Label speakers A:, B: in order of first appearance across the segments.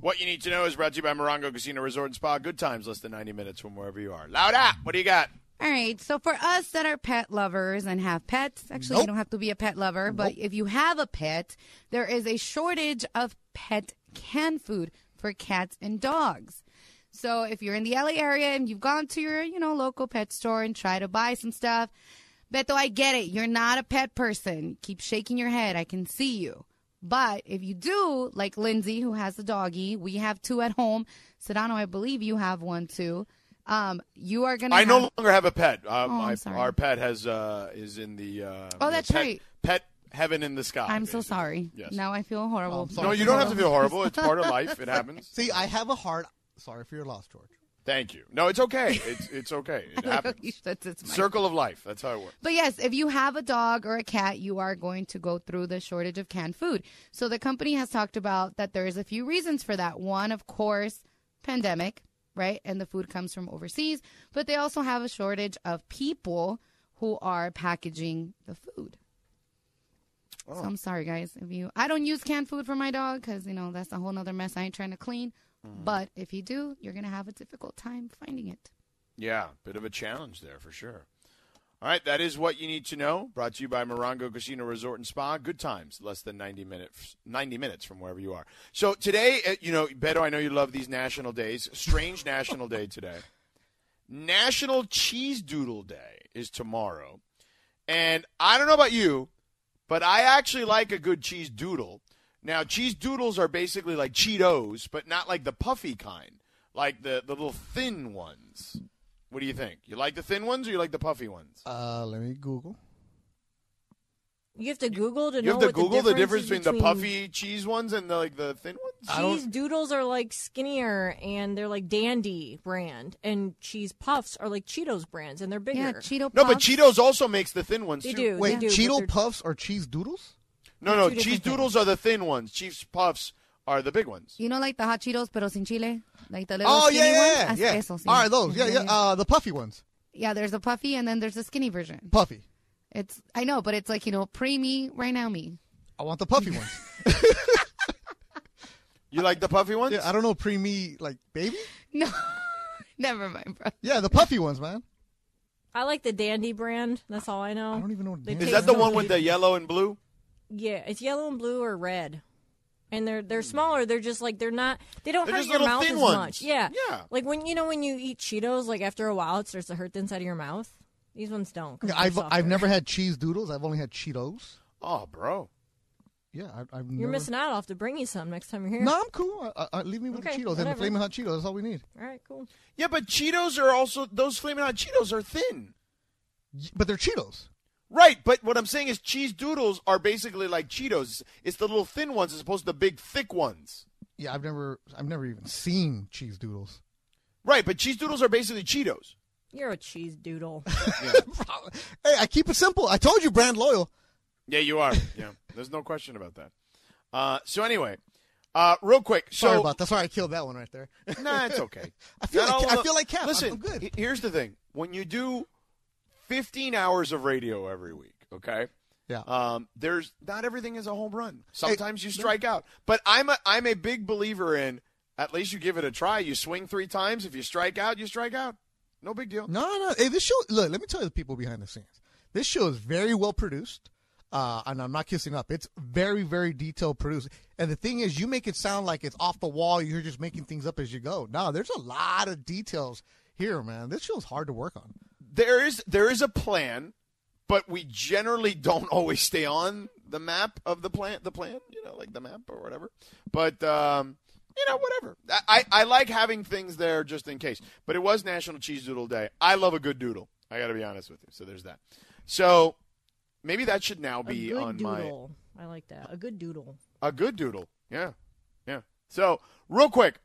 A: What you need to know is brought to you by Morongo Casino Resort and Spa. Good times, less than 90 minutes from wherever you are. Loud up. What do you got?
B: All right. So for us that are pet lovers and have pets, actually you don't have to be a pet lover, but if you have a pet, there is a shortage of pet canned food for cats and dogs. So if you're in the LA area and you've gone to your, you know, local pet store and try to buy some stuff, Beto, I get it. You're not a pet person. Keep shaking your head. I can see you. But if you do, like Lindsay, who has a doggy, we have two at home. Sedano, I believe you have one too. Um, you are gonna.
A: I
B: have- Oh,
A: no longer have a pet. Uh, my,
B: sorry.
A: our pet has uh, is in the. Uh,
B: Oh,
A: the
B: that's
A: pet,
B: right.
A: Pet heaven in the sky.
B: I'm so
A: basically.
B: sorry.
A: Yes.
B: Now I feel horrible.
C: Oh, I'm sorry.
A: No, you don't have to feel horrible. It's part of life. It happens.
C: See, I have a heart. Sorry for your loss, George.
A: Thank you. No, it's okay. It's it's okay. It happens.
B: That's- it's my-
A: Circle of life. That's how it works.
B: But yes, if you have a dog or a cat, you are going to go through the shortage of canned food. So the company has talked about that there is a few reasons for that. One, of course, pandemic, right? And the food comes from overseas, but they also have a shortage of people who are packaging the food.
A: Oh.
B: So I'm sorry, guys. If you, I don't use canned food for my dog because you know that's a whole nother mess. I ain't trying to clean.
A: Mm-hmm.
B: But if you do, you're gonna have a difficult time finding it.
A: Yeah, bit of a challenge there for sure. All right, that is what you need to know. Brought to you by Morongo Casino Resort and Spa. Good times, less than ninety minutes. Ninety minutes from wherever you are. So today, uh, you know, Beto, I know you love these national days. Strange National Day today. National Cheese Doodle Day is tomorrow, and I don't know about you, but I actually like a good cheese doodle. Now, cheese doodles are basically like Cheetos, but not like the puffy kind, like the the little thin ones. What do you think? You like the thin ones or you like the puffy ones?
C: Uh, let me Google.
D: You have to Google to
A: you
D: know
A: have to
D: what
A: Google the difference,
D: is
A: between, the puffy cheese ones and the, like the thin ones.
C: I
D: Cheese
C: don't-
D: doodles are like skinnier and they're like Dandy brand, and cheese puffs are like Cheetos brands and they're bigger.
B: Yeah, Cheeto.
A: No, but
B: Puffs.
A: Cheetos also makes the thin ones
D: They
A: too.
D: do.
C: Wait,
D: they do, but
C: Cheeto
D: they're-
C: puffs or cheese doodles?
A: No,
D: They're
A: no,
D: two
A: cheese
D: different things.
A: doodles are the thin ones. Cheese puffs are the big ones.
B: You know, like the hot Cheetos, pero sin chile, like the little
C: Oh yeah,
B: skinny
C: yeah,
B: ones.
C: yeah.
B: Ah,
C: yeah.
B: esos,
C: All right, those. Yeah, yeah. Uh, the puffy ones.
B: yeah, there's a puffy and then there's a skinny version.
C: Puffy.
B: It's I know, but it's like you know, pre me, right now me.
C: I want the puffy ones.
A: You like the puffy ones?
C: Yeah, I don't know pre me like baby.
B: No, never mind, bro.
C: Yeah, the puffy ones, man.
D: I like the Dandy brand. That's all I know.
C: I don't even know what
D: They
C: Dandy
A: is
D: taste
A: that the
D: so
A: one with
D: good.
A: the yellow and blue?
D: Yeah, it's yellow and blue or red. And they're they're
C: Hmm.
D: smaller. They're just like they're not. They don't
A: They're
D: hurt
A: just
D: your
A: little
D: mouth
A: thin
D: as
A: ones.
D: much. Yeah,
A: Yeah.
D: Like when you know when you eat Cheetos, like after a while it starts to hurt the inside of your mouth. These ones don't. 'cause
C: Yeah,
D: they're
C: I've
D: softer.
C: I've never had cheese doodles. I've only had Cheetos.
A: Oh, bro.
C: Yeah, I, I've
D: You're
C: never.
D: missing out. I'll have to bring you some next time you're here.
C: No, I'm cool. I, I, leave me with the
D: Okay,
C: Cheetos and the
D: whatever.
C: flaming hot Cheetos. That's all we need.
D: All right, cool.
A: Yeah, but Cheetos are also those flaming hot Cheetos are thin.
C: Y- But they're Cheetos.
A: Right, but what I'm saying is cheese doodles are basically like Cheetos. It's the little thin ones as opposed to the big thick ones.
C: Yeah, I've never I've never even seen cheese doodles.
A: Right, but cheese doodles are basically Cheetos.
D: You're a cheese doodle.
C: Hey, I keep it simple. I told you, brand loyal.
A: Yeah, you are. Yeah, there's no question about that. Uh, so anyway, uh, real quick. So
C: Sorry about that. Sorry, I killed that one right there.
A: nah, it's okay.
C: I feel
A: Not
C: like-
A: all
C: I
A: of the-
C: feel like Cap. I'm-
A: Listen,
C: I'm good.
A: he- here's the thing: when you do 15 hours of radio every week, okay,
C: Yeah.
A: um, there's not everything is a home run. Sometimes you strike out, but I'm a I'm a big believer in at least you give it a try. You swing three times. If you strike out, you strike out. No big deal.
C: No, no. Hey, this show. Look, let me tell you the people behind the scenes. This show is very well produced, uh, and I'm not kissing up. It's very, very detailed produced. And the thing is, you make it sound like it's off the wall. You're just making things up as you go. No, there's a lot of details here, man. This show's hard to work on.
A: there is there is a plan, but we generally don't always stay on the map of the plan. The plan, you know, like the map or whatever. But um, you know, whatever. I, I I like having things there just in case. But it was National Cheese Doodle Day. I love a good doodle. I got to be honest with you. So there's that. So maybe that should now
D: a
A: be
D: good
A: on my
D: doodle. I like that. A good doodle.
A: a good doodle. Yeah, yeah. So, real quick,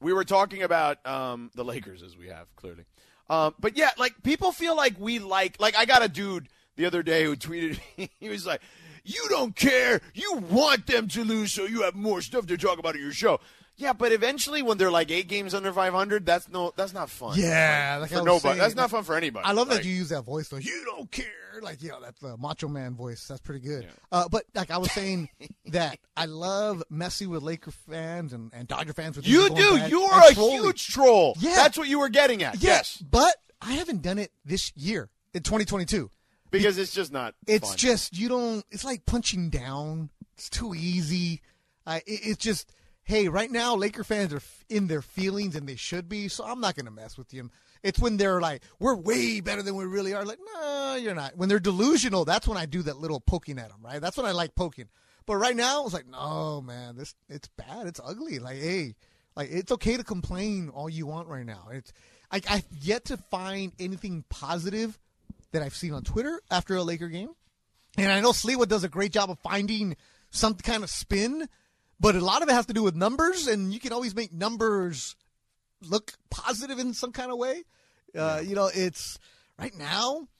A: we were talking about um, the Lakers as we have clearly, um, but yeah, like people feel like we like like I got a dude the other day who tweeted he was like, "You don't care, you want them to lose, so you have more stuff to talk about in your show." Yeah, but eventually when they're like eight games under 500, that's no that's not fun.
C: Yeah,
A: Like,
C: like I
A: for
C: was
A: nobody.
C: saying,
A: that's not fun for anybody.
C: I love
A: Like,
C: that you use that voice though. You don't care, like yeah, that's the Macho Man voice. That's pretty good. Uh, but like I was saying, that I love messing with Laker fans and, and Dodger fans. With
A: You
C: people going
A: do.
C: back
A: You
C: and
A: are a
C: trolling.
A: huge troll.
C: Yeah.
A: That's what you were getting at.
C: Yes, but I haven't done it this year in 2022.
A: Because it's just not.
C: It's
A: fun.
C: just you don't. It's like punching down. It's too easy. Uh, it, it's just hey, right now Laker fans are f- in their feelings and they should be. So I'm not gonna mess with you. It's when they're like, we're way better than we really are. Like, no, you're not. When they're delusional, that's when I do that little poking at them. Right. That's when I like poking. But right now, it's like, no, man, this it's bad. It's ugly. Like, hey, like it's okay to complain all you want right now. It's I, I've yet to find anything positive that I've seen on Twitter after a Laker game. And I know Sliwa does a great job of finding some kind of spin, but a lot of it has to do with numbers, and you can always make numbers look positive in some kind of way. Uh, You know, it's right now.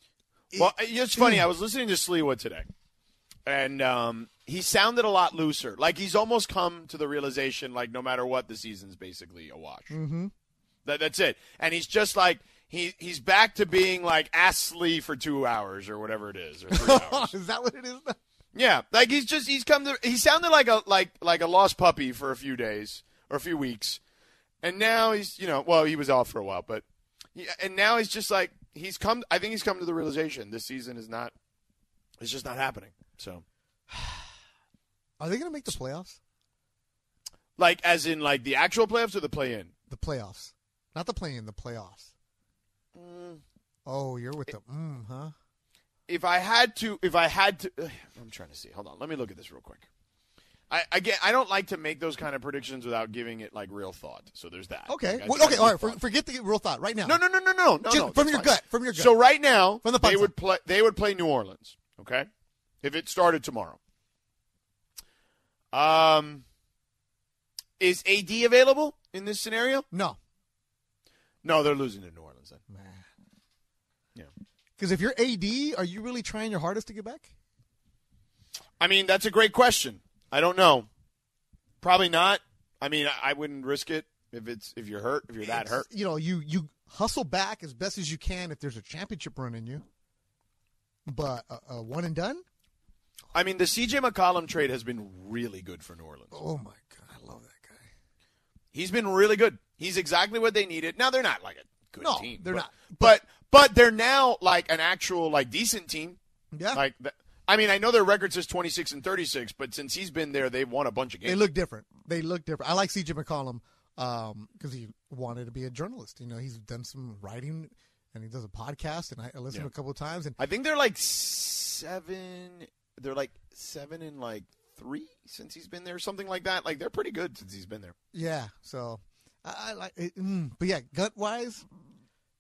A: Well, it's funny. I was listening to Sliwa today, and um, he sounded a lot looser. Like he's almost come to the realization, like no matter what, the season's basically a wash. Mm-hmm. That, that's it. And he's just like he he's back to being like ass Slee for two hours or whatever it is, or three hours.
C: is that what it is? Now?
A: Yeah, like he's just he's come to he sounded like a like like a lost puppy for a few days or a few weeks, and now he's you know well he was off for a while but yeah, and now he's just like he's come I think he's come to the realization this season is not it's just not happening so
C: Are they going to make the playoffs?
A: like as in like the actual playoffs or the play in
C: The playoffs, not the play-in, the playoffs.
A: Mm.
C: Oh, you're with the mm, huh?
A: if I had to, if I had to, I'm trying to see. Hold on, let me look at this real quick. I again, I don't like to make those kind of predictions without giving it like real thought. So there's that.
C: Okay,
A: Like, I
C: well,
A: try
C: okay,
A: to
C: all
A: be
C: right. For,
A: thoughtful.
C: forget the real thought right now.
A: No, no, no, no, no, no.
C: Just
A: no
C: from
A: that's
C: your
A: fine.
C: gut, from your gut.
A: So right now,
C: From the
A: they
C: button.
A: would play. They would play New Orleans. Okay, if it started tomorrow. Um, is AD available in this scenario?
C: no,
A: No, they're losing to New Orleans. Then.
C: because if you're AD, are you really trying your hardest to get back?
A: I mean, that's a great question. I don't know. Probably not. I mean, I, I wouldn't risk it if it's if you're hurt, if you're that
C: It's-
A: hurt.
C: You know, you you hustle back as best as you can if there's a championship run in you. But uh, uh, one and done.
A: I mean, the CJ McCollum trade has been really good for New Orleans.
C: Oh my god, I love that guy.
A: He's been really good. He's exactly what they needed. Now they're not like a good
C: No,
A: team.
C: they're
A: but,
C: not.
A: But but they're now like an actual like decent team.
C: Yeah,
A: Like th- I mean, I know their record says 26 and 36, but since he's been there, they've won a bunch of games.
C: they look different. They look different. I like C.J. McCollum because he wanted to be a journalist. You know, he's done some writing and he does a podcast, and I I listened to a couple of times. And
A: I think they're like seven. They're like seven and like three since he's been there, something like that. Like they're pretty good since he's been there.
C: yeah, so I, I like. It, mm, but yeah, gut wise,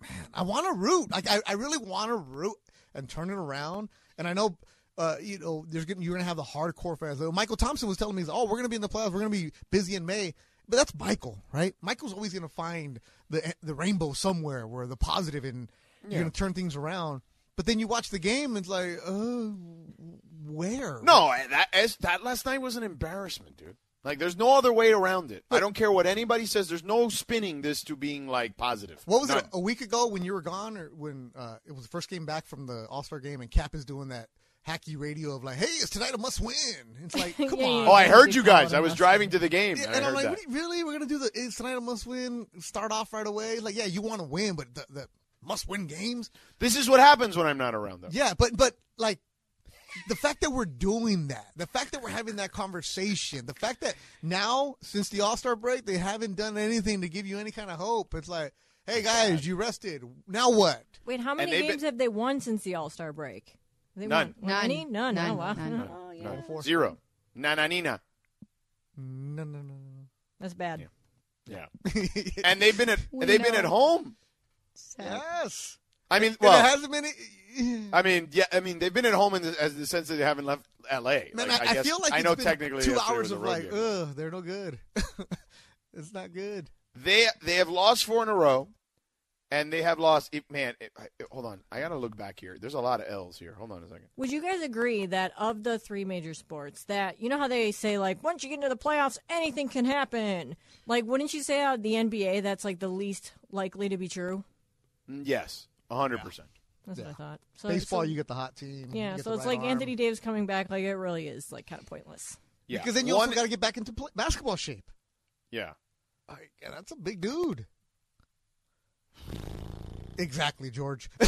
C: man, I want to root. Like I, I really want to root and turn it around. And I know, uh, you know, there's gonna, you're going to have the hardcore fans. Like, Michael Thompson was telling me, he's, oh, we're going to be in the playoffs. We're going to be busy in May. But that's Michael, right? Michael's always going to find the the rainbow somewhere where the positive and you're going to turn things around. But then you watch the game, and it's like, uh, where?
A: No, eh, that as, that last night was an embarrassment, dude. Like there's no other way around it. I don't care what anybody says. There's no spinning this to being like positive.
C: What was it
A: None.
C: a week ago when you were gone, or when uh, it was the first game back from the All Star game, and Cap is doing that hacky radio of like, "Hey, it's tonight a must win." It's like, come
D: Yeah,
C: on.
D: yeah.
A: Oh, I heard you
D: They call
A: guys.
D: it a
A: I was
D: must
A: driving to the game.
C: Yeah,
A: and I
C: and
A: heard
C: I'm like,
A: that.
C: what do you- really? We're gonna do the it's tonight a must win. Start off right away. Like, yeah, you want to win, but the, the must win games.
A: This is what happens when I'm not around, though.
C: Yeah, but but like the fact that we're doing that, the fact that we're having that conversation, the fact that now since the All Star break they haven't done anything to give you any kind of hope. It's like, hey guys, you rested. Now what?
D: Wait, how many
A: they've
D: games
A: been-
D: have they won since the All Star break? Have They
A: None.
D: Won, won any?
B: None.
D: None.
B: None.
D: Oh, wow.
B: None.
D: Oh, yeah.
A: None. Zero. Na na nina.
C: No, no, no, no.
D: That's bad.
A: Yeah. and they've been at they've been
B: know.
A: at home.
C: Yes.
A: I mean,
C: Well,
A: well,
C: it hasn't been. e-,
A: I mean, yeah, I mean, they've been at home in the, as the sense that they haven't left L.A.
C: Man,
A: Like,
C: I, I,
A: guess-
C: feel like
A: I
C: it's
A: know
C: been
A: technically
C: two
A: yesterday
C: hours
A: was a
C: of
A: road
C: like,
A: game.
C: ugh, they're no good. it's not good.
A: They they have lost four in a row, and they have lost. It, man, it, I- it- hold on. I gotta look back here. There's a lot of L's here. Hold on a second.
D: Would you guys agree that of the three major sports, that you know how they say like once you get into the playoffs, anything can happen. Like, wouldn't you say out of the NBA that's like the least likely to be true?
A: Mm, Yes, hundred percent.
D: That's what I
C: Yeah.
D: thought. So,
C: Baseball,
D: so-
C: you get the hot team. you
D: yeah.
C: get
D: So
C: the
D: it's
C: right
D: like
C: arm.
D: Anthony Davis coming back. Like it really is like kind of pointless.
A: Yeah,
C: Because then you
A: One-
C: also got to get back into pl- basketball shape.
A: yeah.
C: Like, yeah, that's a big dude. Exactly, George.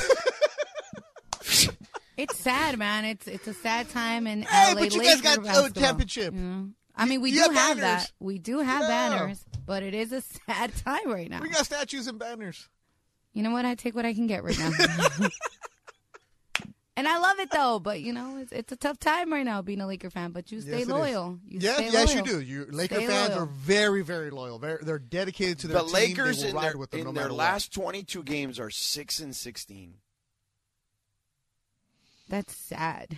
B: It's sad, man. It's it's a sad time in
C: Hey,
B: LA
C: but you
B: Lakers
C: guys got
B: basketball.
C: a championship.
B: Yeah. I mean, we
C: You
B: do
C: have
B: have,
C: banners.
B: that. We do have
C: Yeah.
B: banners, but it is a sad time right now.
C: We got statues and banners.
B: you know what? I take what I can get right now. and I love it though, but you know, it's, it's a tough time right now being a Laker fan. But you stay
C: Yes, it is.
B: loyal. You
C: yes,
B: stay
C: yes,
B: loyal.
C: you do. You Laker
B: Stay
C: fans
B: loyal.
C: are very, very loyal. Very, they're dedicated to their
A: the
C: team.
A: Lakers
C: they will
A: in
C: ride
A: their,
C: with them
A: in
C: no
A: their
C: matter what.
A: last 22 games are 6 and 16.
B: That's sad.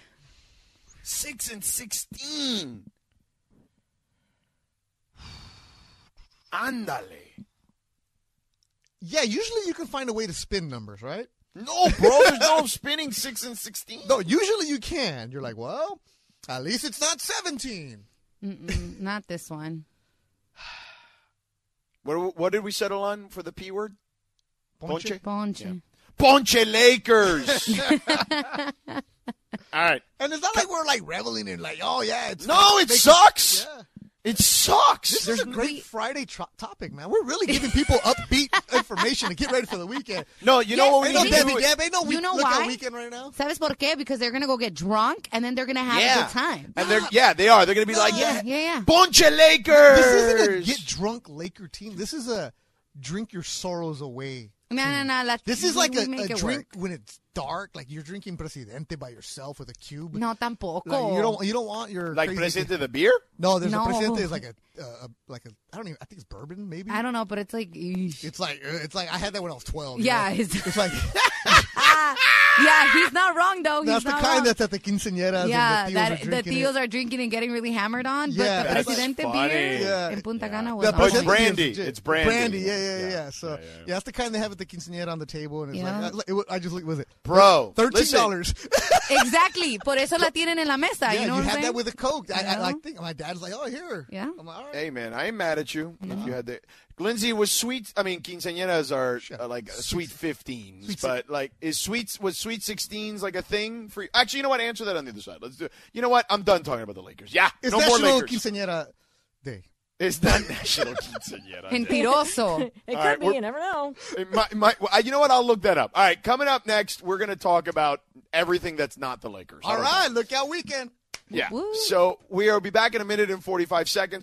A: 6 and 16. Andale.
C: Yeah, usually you can find a way to spin numbers, right?
A: No, bro, there's no spinning 6 and 16.
C: No, usually you can. You're like, well, at least it's not 17.
B: Mm-mm, not this one.
A: What, what did we settle on for the P word?
C: Ponche?
B: Bonch.
A: Ponche Lakers. All right.
C: And it's not like we're like reveling in like, oh yeah, it's
A: No, it
C: they-
A: sucks.
C: Yeah.
A: It sucks.
C: This is a great Friday tro- topic, man. We're really giving people upbeat information to get ready for the weekend.
A: no, you know
B: Yes,
A: what we
C: Ain't
B: no
C: no
A: need to
C: Debbie
A: do?
C: Deb, ain't no week,
B: You know
C: look at
B: why?
C: weekend right now.
B: ¿Sabes por qué? Because they're going to go get drunk and then they're going to have a
A: yeah.
B: good time.
A: And they're yeah, they are. They're gonna be like,
B: yeah,
A: yeah,
B: yeah, yeah.
A: Ponche Lakers.
C: This isn't a get drunk Laker team. This is a drink your sorrows away.
B: No, no, no. Let,
C: Hmm. This is
B: we-
C: like
B: we
C: a,
B: make
C: a
B: it
C: drink
B: work.
C: when it's dark, like you're drinking Presidente by yourself with a cube.
B: No, tampoco.
C: Like, you don't you don't want your
A: like
C: crazy
A: present to the beer?
C: No, there's
B: No.
C: a Presidente is like a, uh, a like a I don't even I think it's bourbon maybe.
B: I don't know, but it's like. eesh.
C: It's like uh, it's like I had that when I was twelve. you
B: Yeah,
C: know?
B: it's-
C: it's like
B: Ah, yeah, he's not wrong though. He's
C: that's the
B: not
C: kind
B: wrong.
C: that's at the quinceañeras.
B: yeah,
C: and
B: that the
C: the tios are drinking
B: tios
C: it.
B: are drinking and getting really hammered on.
C: Yeah,
B: but the
C: that's
B: Presidente
A: funny.
B: beer
C: Yeah.
B: in Punta
A: Yeah.
B: Cana was
C: The
A: Oh,
B: on
A: it's
C: Presidente
B: point.
A: brandy.
C: is legit.
A: It's brandy.
C: Brandy. Yeah, yeah, yeah.
A: Yeah,
C: yeah. So
A: yeah,
C: yeah,
A: yeah.
C: that's the kind they have at the quinceañera on the table, and it's
B: Yeah.
C: like it, wa- I just looked was it
A: Bro,
C: thirteen
A: listen.
C: dollars.
B: Exactly. Por eso la tienen en la mesa.
C: yeah,
B: you know what I'm
C: had
B: saying?
C: that with a coke. I, I, I
B: Yeah.
C: think my dad's like, oh here.
B: Yeah.
C: I'm like, all right.
A: Hey man, I ain't mad at you. If you had the Lindsay was sweet. I mean, quinceañeras are uh, like uh, sweet fifteens, but like is sweets was sweet sixteens like a thing for? Actually, you know what? Answer that on the other side. Let's do. You know what? I'm done talking about the Lakers. Yeah,
C: It's
A: no more
C: National
A: Lakers.
C: Quinceañera Day.
A: it's not National Quinceañera. Day.
B: Mentiroso.
D: It
A: All
D: could
A: right,
D: be.
A: we're-
D: You never know.
A: It might- might- well, I- you know what? I'll look that up. All right, coming up next, we're going to talk about everything that's not the Lakers.
C: All
A: How about
C: right, lookout weekend.
A: that? Yeah.
B: Woo.
A: So we'll be back in a minute and 45 seconds.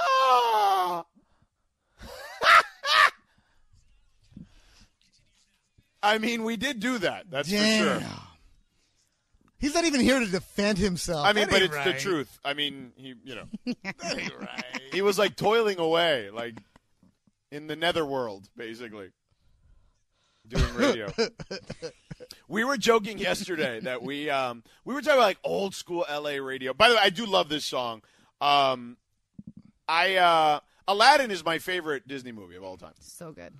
A: Ah! I mean, we did do that. That's for
C: Damn.
A: sure.
C: He's not even here to defend himself.
A: I mean,
C: That
A: but
C: ain't
A: it's the
C: right.
A: truth. I mean, he, you know, he was like toiling away, like in the netherworld, basically, doing radio. we were joking yesterday that we um we were talking about like old school LA radio. By the way, I do love this song. Um, I uh, Aladdin is my favorite Disney movie of all time.
B: so good.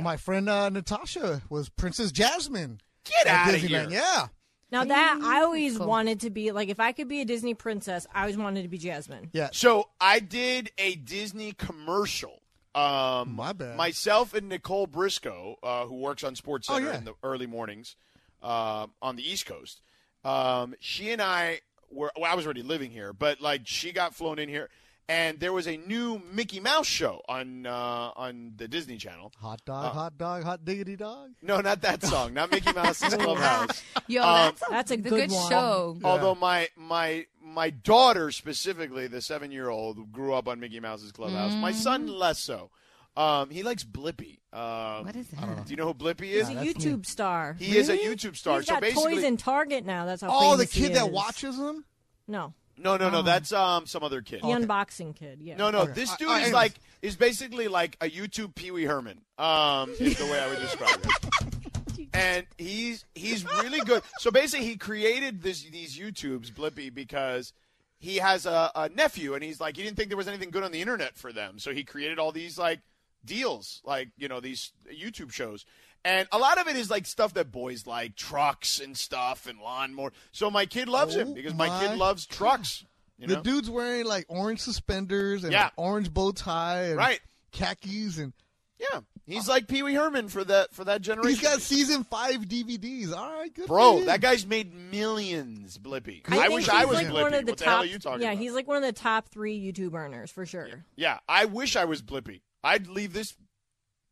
C: My friend uh, Natasha was Princess Jasmine.
A: Get
C: at
A: outta
C: Disneyland.
A: here.
C: Yeah.
D: Now that I always
B: Mm, cool.
D: wanted to be like, if I could be a Disney princess, I always wanted to be Jasmine.
C: Yeah.
A: So I did a Disney commercial. Um,
C: My bad.
A: Myself and Nicole Briscoe, uh, who works on Sports Center
C: Oh, yeah.
A: in the early mornings uh, on the East Coast, um, she and I were. Well, I was already living here, but like she got flown in here, and there was a new Mickey Mouse show on uh, on the Disney Channel.
C: Hot dog,
A: Oh.
C: hot dog, hot diggity dog.
A: No, not that song. Not Mickey Mouse's Clubhouse.
C: Oh,
B: Yo,
A: Um,
B: that's a,
D: That's a
B: the
D: good one.
B: show.
A: Although my my my daughter specifically, the seven year old, grew up on Mickey Mouse's Clubhouse. My son less so. Um, he likes Blippy. Um,
B: Mm. What is that?
A: Do you know who Blippy
D: He's
A: is?
B: Oh,
D: a YouTube star.
A: He is a YouTube star.
D: He's
A: so
D: got
A: basically,
D: toys in Target now. That's how.
C: Oh, the
D: famous he
C: kid that
D: is.
C: watches him.
D: No,
A: no, no, no. That's um some other kid.
D: the
B: Oh,
D: unboxing kid. Yeah.
A: No, no.
C: Okay.
A: This
C: I-
A: dude
C: I-
A: is
C: anyways.
A: like is basically like a YouTube Pee Wee Herman. Um, is the way I would describe it. And he's he's really good. So basically, he created this these YouTubes Blippy because he has a, a nephew, and he's like he didn't think there was anything good on the internet for them, so he created all these like deals, like you know these YouTube shows. And a lot of it is like stuff that boys like trucks and stuff and lawnmower. So my kid loves
C: Oh
A: him because my,
C: my
A: kid loves trucks. You know?
C: The dude's wearing like orange suspenders and
A: Yeah.
C: an orange bow tie and
A: Right.
C: khakis and
A: Yeah, he's like Pee Wee Herman for that for that generation.
C: he's got season five DVDs. All right, good. for
A: bro.
C: him.
A: That guy's made millions, Blippy.
D: I,
A: I,
D: think
A: wish
D: he's
A: I was
D: like
A: Blippy.
D: One of the
A: what the
D: top,
A: hell are you talking
D: yeah,
A: about?
D: he's like one of the top three YouTube earners for sure.
A: yeah, I wish I was Blippy. I'd leave this.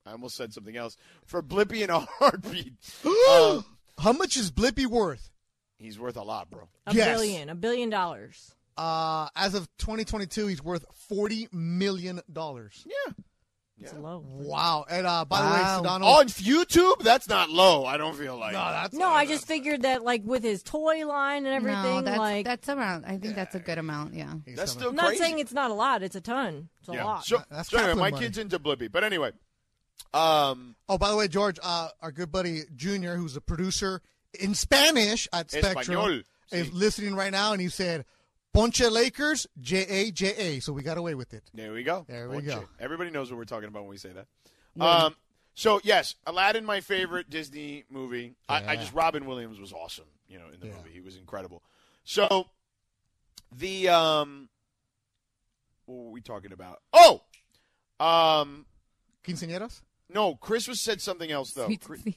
A: I almost said something else for Blippy in a heartbeat. Uh,
C: How much is Blippy worth?
A: he's worth a lot, bro.
D: A
C: Yes.
D: billion, a billion dollars.
C: Uh, as of 2022, he's worth 40 million dollars.
A: Yeah.
D: It's low.
C: Wow! And uh, by the way, Sedano,
A: On YouTube, that's not low. I don't feel like.
C: No, that's
D: No, I just figured that like with his toy line and everything,
B: no, that's,
D: like
B: that's around. I think that's a good amount. Yeah.
A: that's still
D: I'm not
A: crazy.
D: saying it's not a lot. It's a ton. It's a
A: yeah.
D: lot.
A: So,
C: That's
A: so anyway,
C: Kaplan
A: my
C: money.
A: kid's into Blippy, but anyway, um,
C: Oh, by the way, George, uh, our good buddy Junior, who's a producer in Spanish at Spectrum,
A: Español.
C: is
A: Sí.
C: listening right now, and he said, "Ponche Lakers, J A J A." So we got away with it.
A: There we go.
C: There we
A: One
C: go.
A: chick. Everybody knows what we're talking about when we say that. Um, so yes, Aladdin, my favorite Disney movie. I, I just Robin Williams was awesome. You know, in the
C: Yeah.
A: movie, he was incredible. So the um, what were we talking about? Oh, um,
C: Quinceañeras.
A: no, Chris was said something else though.
B: Sweet,
A: Chris,
B: sweet.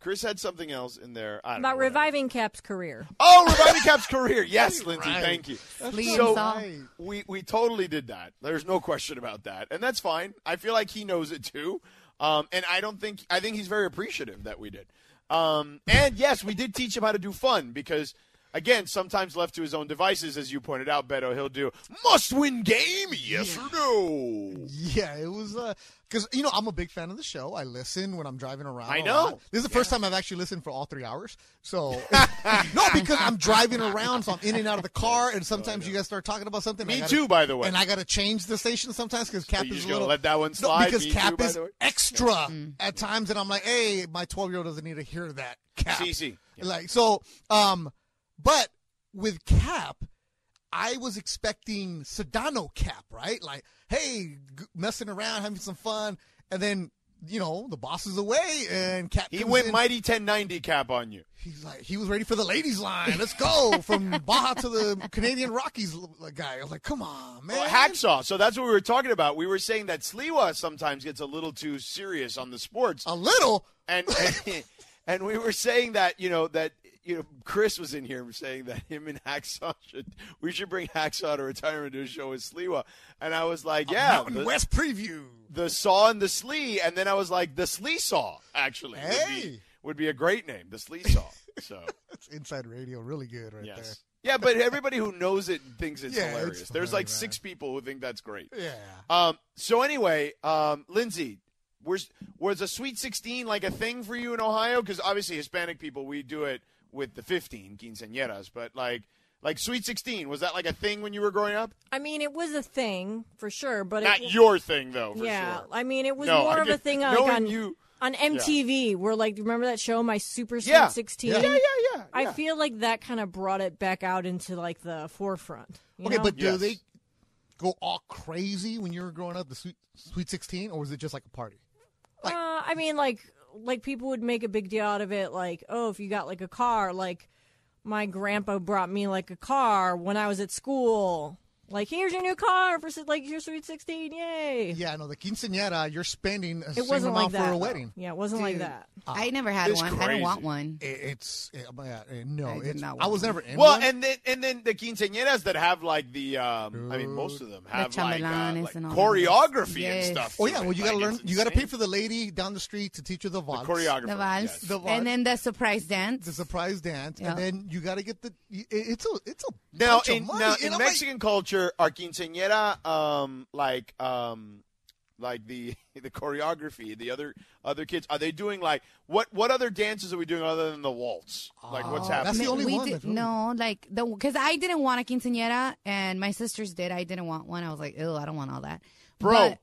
A: Chris had something else in there. I don't
D: About
A: know, whatever.
D: reviving Cap's career.
A: Oh, reviving Cap's career. Yes, Lindsay.
C: Right.
A: Thank you.
B: Liam
A: so
B: Saw.
A: we we totally did that. There's no question about that, and that's fine. I feel like he knows it too, um, and I don't think I think he's very appreciative that we did. Um, and yes, we did teach him how to do fun because. Again, sometimes left to his own devices, as you pointed out, Beto, he'll do must-win game, yes or no.
C: Yeah, it was because you know I'm a big fan of the show. I listen when I'm driving around.
A: I
C: a
A: know.
C: lot. This is the first time I've actually listened for all three hours. So no, because I'm driving around, so I'm in and out of the car, and sometimes you guys start talking about something.
A: Me
C: I gotta-
A: too, by the way.
C: and I got to change the station sometimes because Cap
A: you
C: is
A: just
C: a
A: gonna
C: little
A: let that one
C: No,
A: slide,
C: because
A: me too,
C: Cap
A: by
C: is
A: the way?
C: extra at times, and I'm like, hey, my 12 year old doesn't need to hear that Cap.
A: CC. Yeah.
C: Like so, um, but with Cap, I was expecting Sedano Cap, right? Like, hey, g- messing around, having some fun, and then you know the boss is away, and Cap
A: He
C: comes
A: went
C: in.
A: mighty 1090 cap on you.
C: He's like, he was ready for the ladies line. Let's go from Baja to the Canadian Rockies l- guy. I was like, come on, man.
A: Well, hacksaw. So that's what we were talking about. We were saying that Sliwa sometimes gets a little too serious on the sports,
C: a little.
A: and and, and we were saying that you know that you know Chris was in here saying that him and Hacksaw should we should bring Hacksaw to retirement to do a show with Sliwa, and I was like, yeah,
C: Mountain
A: the,
C: West preview.
A: the saw and the slee, and then I was like, the slee saw actually would, be,
C: Hey.
A: would be a great name, the slee saw. So
C: That's inside radio, really good right
A: yes. Yeah, but everybody who knows it thinks it's
C: Yeah, it's
A: hilarious. There's
C: funny,
A: like
C: man.
A: six people who think that's great.
C: there. Yeah.
A: Um, so anyway, um, Lindsay, was was a Sweet 16 like a thing for you in Ohio? Because obviously Hispanic people, we do it with the 15 quinceañeras, but like like Sweet 16 was that like a thing when you were growing up?
D: I mean, it was a thing for sure, but
A: Not
D: it,
A: your thing though, for
D: yeah.
A: sure.
D: I mean, it was
A: No,
D: more
A: I
D: of a
A: just-
D: thing like,
A: knowing
D: on
A: you-
D: on MTV. Where like, remember that show, My Super Sweet
A: Yeah.
D: Sixteen?
C: Yeah, yeah,
A: yeah,
D: I
A: yeah.
D: feel like that kind of brought it back out into like the forefront. you
C: Okay,
D: know?
C: but do
A: Yes.
C: they go all crazy when you were growing up, the Sweet, sweet 16, or was it just like a party? like-
D: uh, I mean, like like people would make a big deal out of it. Like, oh, if you got like a car, like my grandpa brought me like a car when I was at school. Like here's your new car for si- like your sweet sixteen, yay!
C: Yeah, no, the quinceañera, you're spending a
D: It
C: same
D: wasn't like
C: amount
D: that.
C: for a
D: though.
C: wedding.
D: Yeah, it wasn't like
B: Dude.
D: that.
B: I never had
A: It's
B: one. I don't
A: crazy.
B: want one.
C: It- It's it, oh my God, eh, no,
B: I did
C: it's,
B: not
C: I
B: want
C: was never in
A: Well,
C: one.
A: and then and then the quinceañeras that have like the um, I mean most of them have like, uh,
B: chambelanes
A: like
B: and all
A: choreography
B: that. Yes.
A: and stuff.
C: oh
A: to
C: yeah,
A: it.
C: well you gotta
A: Like,
C: learn.
A: it's
C: You gotta pay
A: insane.
C: for the lady down the street to teach you the
A: the
C: valse,
A: choreographer.
B: The vals.
A: yes.
C: The vals.
B: And then the surprise dance.
C: the surprise dance,
B: Yeah.
C: and then you gotta get the. y- it- It's a it's a
A: Now
C: bunch of
A: in
C: money,
A: now
C: and
A: in
C: I'm like,
A: Mexican culture, our quinceañera, um, like um, like the the choreography, the other other kids, are they doing like what what other dances are we doing other than the waltz? Like what's
C: Oh, that's
A: happening?
C: the only
B: we
C: one
B: did-
C: that's really-
B: no, like the because I didn't want a quinceañera, and my sisters did. I didn't want one. I was like, ew, I don't want all that,
A: Bro,
B: But-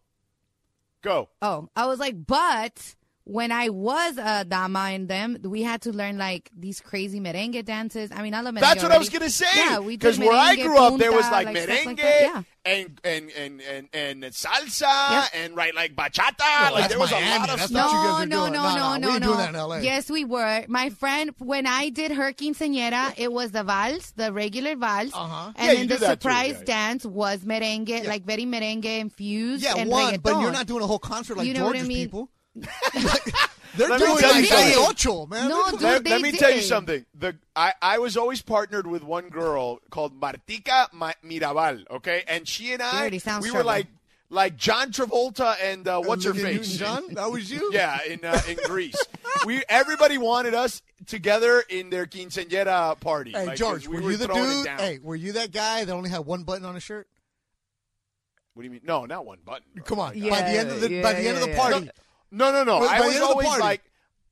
A: go.
B: oh, I was like, but when I was a dama in them, we had to learn like these crazy merengue dances. I mean, I love merengue.
A: That's what I was
B: already.
A: gonna say.
B: Yeah, we did
A: because where I
B: merengue,
A: grew up, there was
B: punta,
A: like,
B: stuff
A: merengue
B: like that, yeah.
A: and, and and and and salsa
B: Yep.
A: and right like bachata.
C: that's
A: like there was a
C: Miami.
A: lot of
C: That's
A: stuff.
C: not
B: No,
C: what you guys are
B: no,
C: doing.
B: no,
C: Nah,
B: no,
C: nah, we
B: no,
C: ain't
B: no.
C: doing that in LA.
B: Yes, we were. My friend, when I did her quinceañera, it was the vals, the regular vals,
C: Uh-huh.
B: and
A: Yeah,
B: then
A: you
B: the
A: do that too,
B: surprise
A: yeah.
B: dance was merengue, like very merengue infused.
C: Yeah,
B: and
C: one, but you're
B: reggaeton.
C: not doing a whole concert like
B: You know what I
C: George's
B: mean?
C: people. They're
A: Let me
C: doing
A: tell you
C: like
A: something.
C: Calle Ocho, man.
B: No,
C: They're
B: dude,
C: doing-
A: let,
B: they
A: let me tell you
B: did.
A: something. The I, I was always partnered with one girl called Martica Ma- Mirabal. Okay, and she and I
B: already
A: we
B: sounds
A: were
B: trouble.
A: like like John Travolta and uh, what's her
C: Olivia
A: face?
C: Newton-John? That was you?
A: yeah, in uh, in Greece. We everybody wanted us together in their quinceañera party.
C: Hey,
A: Like,
C: George,
A: we
C: were,
A: were
C: you the
A: throwing it
C: dude?
A: down.
C: Hey, were you that guy that only had one button on his shirt?
A: What do you mean? No, not one button. bro.
C: Come on,
B: Yeah,
C: by the end of the by
B: yeah,
C: the end of the
B: yeah,
C: party,
A: No, no, no.
C: By- by
A: I
C: the
A: was
C: end of the
A: always
C: party.
A: like,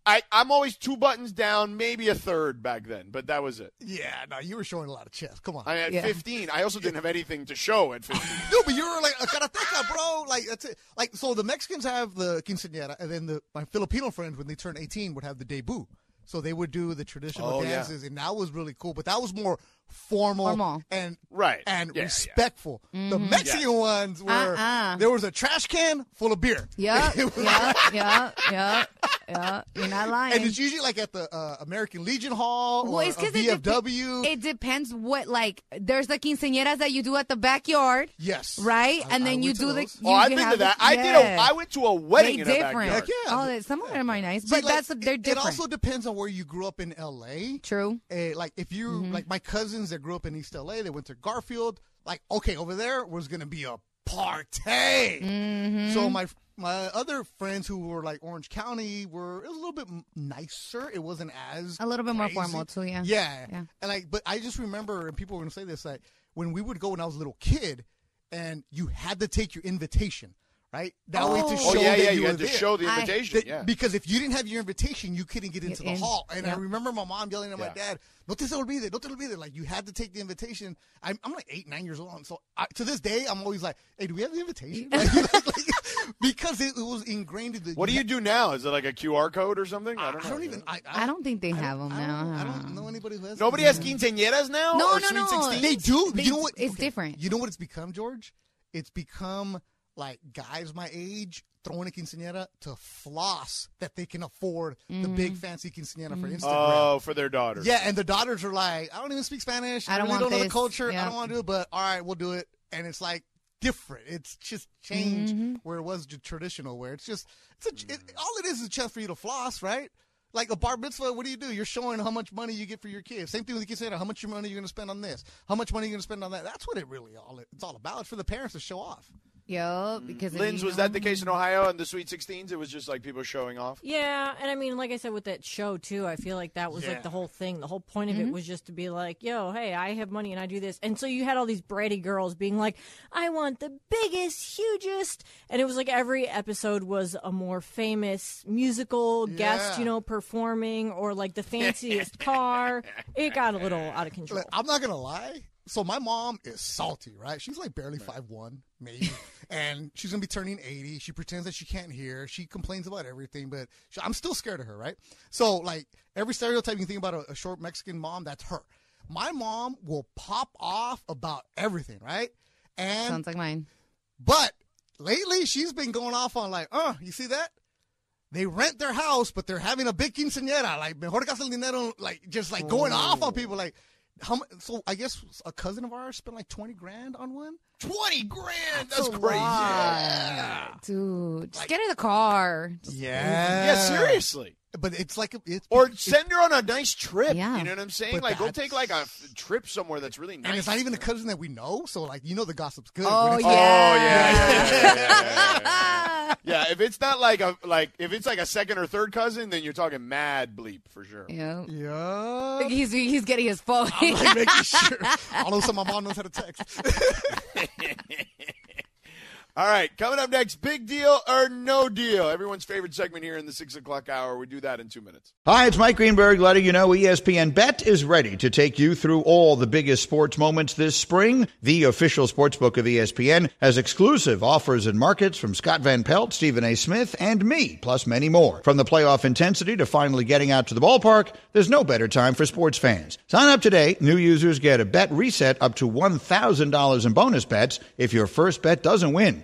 A: I, I'm always two buttons down, maybe a third back then, but that was it.
C: yeah, no, you were showing a lot of chest. Come on,
A: I mean, at
B: Yeah.
A: 15, I also didn't have anything to show at 15.
C: no, but you were like a karateka, bro. Like that's it. Like so, the Mexicans have the quinceañera, and then the my Filipino friends when they turn eighteen would have the debut. So they would do the traditional
A: Oh, yeah.
C: dances, and that was really cool. But that was more formal,
B: Formal. Mm-hmm.
C: and
A: Right.
C: and
A: Yeah, yeah.
C: respectful. The Mexican ones were
B: Uh-uh.
C: there was a trash can full of beer.
B: Yeah,
C: It was-
B: yeah, yeah, yeah, yeah. You're not lying.
C: And it's usually like at the uh, American Legion Hall or
B: it's
C: a
B: 'cause it dep-
C: VFW.
B: It depends what like. There's the quinceañeras that you do at the backyard,
C: yes,
B: right?
C: I-
B: and
C: I
B: then you
C: went to
B: do the.
C: those.
A: Oh, I've
B: you
A: been
B: have
A: to that.
B: the-
A: I did. A,
B: yeah.
A: I went to a wedding
B: they
A: in a
B: different.
A: backyard.
C: Heck yeah.
B: Oh, that- some of them are nice,
C: See,
B: but
C: like,
B: that's
C: it-
B: they're different.
C: It also depends on where you grew up in L.A.
B: True.
C: Eh, like if you
B: Mm-hmm.
C: like my cousins that grew up in East LA, they went to Garfield. Like okay, over there was gonna be a party.
B: Mm-hmm.
C: So my my other friends who were like Orange County were it was a little bit m- nicer. It wasn't as
B: A little bit more
C: crazy.
B: formal too. Yeah.
C: Yeah.
B: Yeah.
C: And like, but I just remember, and people were gonna say this, like when we would go when I was a little kid, and you had to take your invitation, right? That way to show
A: Oh, yeah,
C: that
A: yeah.
C: you,
A: You
C: were
A: had to
C: there.
A: show the
B: I-
A: invitation.
C: That-
A: yeah.
C: Because if you didn't have your invitation, you couldn't get into the
B: in.
C: hall. And
B: Yeah.
C: I remember my mom yelling at my
A: Yeah.
C: dad, "No te olvide, no te olvide." Like you had to take the invitation. I'm, I'm like eight, nine years old, and so I, to this day, I'm always like, "Hey, do we have the invitation?" Like, like, because it, it was ingrained in the.
A: What do you do now? Is it like a QR code or something? I
C: I
A: don't
C: don't,
A: know.
C: even. I,
B: I don't think they have them
C: I
B: now.
C: don't, I don't know anybody who has.
A: Nobody
C: them.
A: has quinceañeras now.
B: No,
A: or
B: no,
A: sweet
B: no.
A: 16?
C: They do.
B: They-
C: you know what?
B: it's different.
C: You know what it's become, George? It's become like guys my age throwing a quinceanera to floss that they can afford the big
B: Mm-hmm.
C: fancy quinceanera for Instagram.
A: Oh, for their daughter.
C: yeah, and the daughters are like, I don't even speak Spanish. I,
B: I don't
C: really
B: want
C: don't know the
B: this.
C: culture. I
B: Yeah.
C: don't want to do it, but all right, we'll do it. And it's like different. It's just changed
B: Mm-hmm.
C: where it was the traditional, where it's just, it's a, it, all it is is a chance for you to floss, right? Like a bar mitzvah, what do you do? You're showing how much money you get for your kids. Same thing with the quinceanera. How much money you going to spend on this? How much money you going to spend on that? That's what it really all it's all about. It's for the parents to show off.
B: Yo, because if
A: Linz,
B: you
A: was
B: know-
A: that the
C: Mm.
A: case in Ohio and the Sweet 16s? It was just like people showing off.
D: Yeah, and I mean, like I said with that show too, I feel like that was like the whole thing. The whole point of it was just to be like, "Yo, hey, I have money and I do this," and so you had all these bratty girls being like, "I want the biggest, hugest," and it was like every episode was a more famous musical guest,
C: Yeah.
D: you know, performing or like the fanciest car. It got a little out of control.
C: Look, I'm not gonna lie. So my mom is salty, right? She's like barely five one, maybe, and she's gonna be turning eighty. She pretends that she can't hear. She complains about everything, but she, I'm still scared of her, right? So like every stereotype you can think about a, a short Mexican mom, that's her. My mom will pop off about everything, right? And
B: Sounds like mine.
C: but lately, she's been going off on like, uh, you see that? They rent their house, but they're having a big quinceañera. Like, mejor gasto el dinero. Like, just like going off on people. Like, How mu- So I guess a cousin of ours spent like twenty grand on one.
A: Twenty grand. That's
C: a
A: crazy.
C: lot.
A: Yeah.
B: Dude, just get in the car. Just-
C: Yeah.
A: Yeah, seriously.
C: But it's like a- it's
A: Or
C: it's-
A: send her on a nice trip.
B: Yeah.
A: You know what I'm saying?
C: But
A: like, go
C: that's-
A: take like a f- trip somewhere that's really nice.
C: and it's not even a cousin that we know. So like you know the gossip's good.
B: Oh,
C: When it's-
A: Oh yeah. Yeah,
B: Yeah.
A: yeah, yeah, yeah, yeah, yeah. Yeah, if it's not like a like if it's like a second or third cousin, then you're talking mad bleep for sure.
B: Yeah.
C: yeah.
B: He's he's getting his phone.
C: like making sure. All of a sudden, my mom knows how to text.
A: All right, coming up next, big deal or no deal. Everyone's favorite segment here in the six o'clock hour. We do that in two minutes.
E: Hi, it's Mike Greenberg letting you know E ESPN Bet is ready to take you through all the biggest sports moments this spring. The official sportsbook of E ESPN has exclusive offers and markets from Scott Van Pelt, Stephen A. Smith, and me, plus many more. From the playoff intensity to finally getting out to the ballpark, there's no better time for sports fans. Sign up today. New users get a bet reset up to $1,000 in bonus bets if your first bet doesn't win.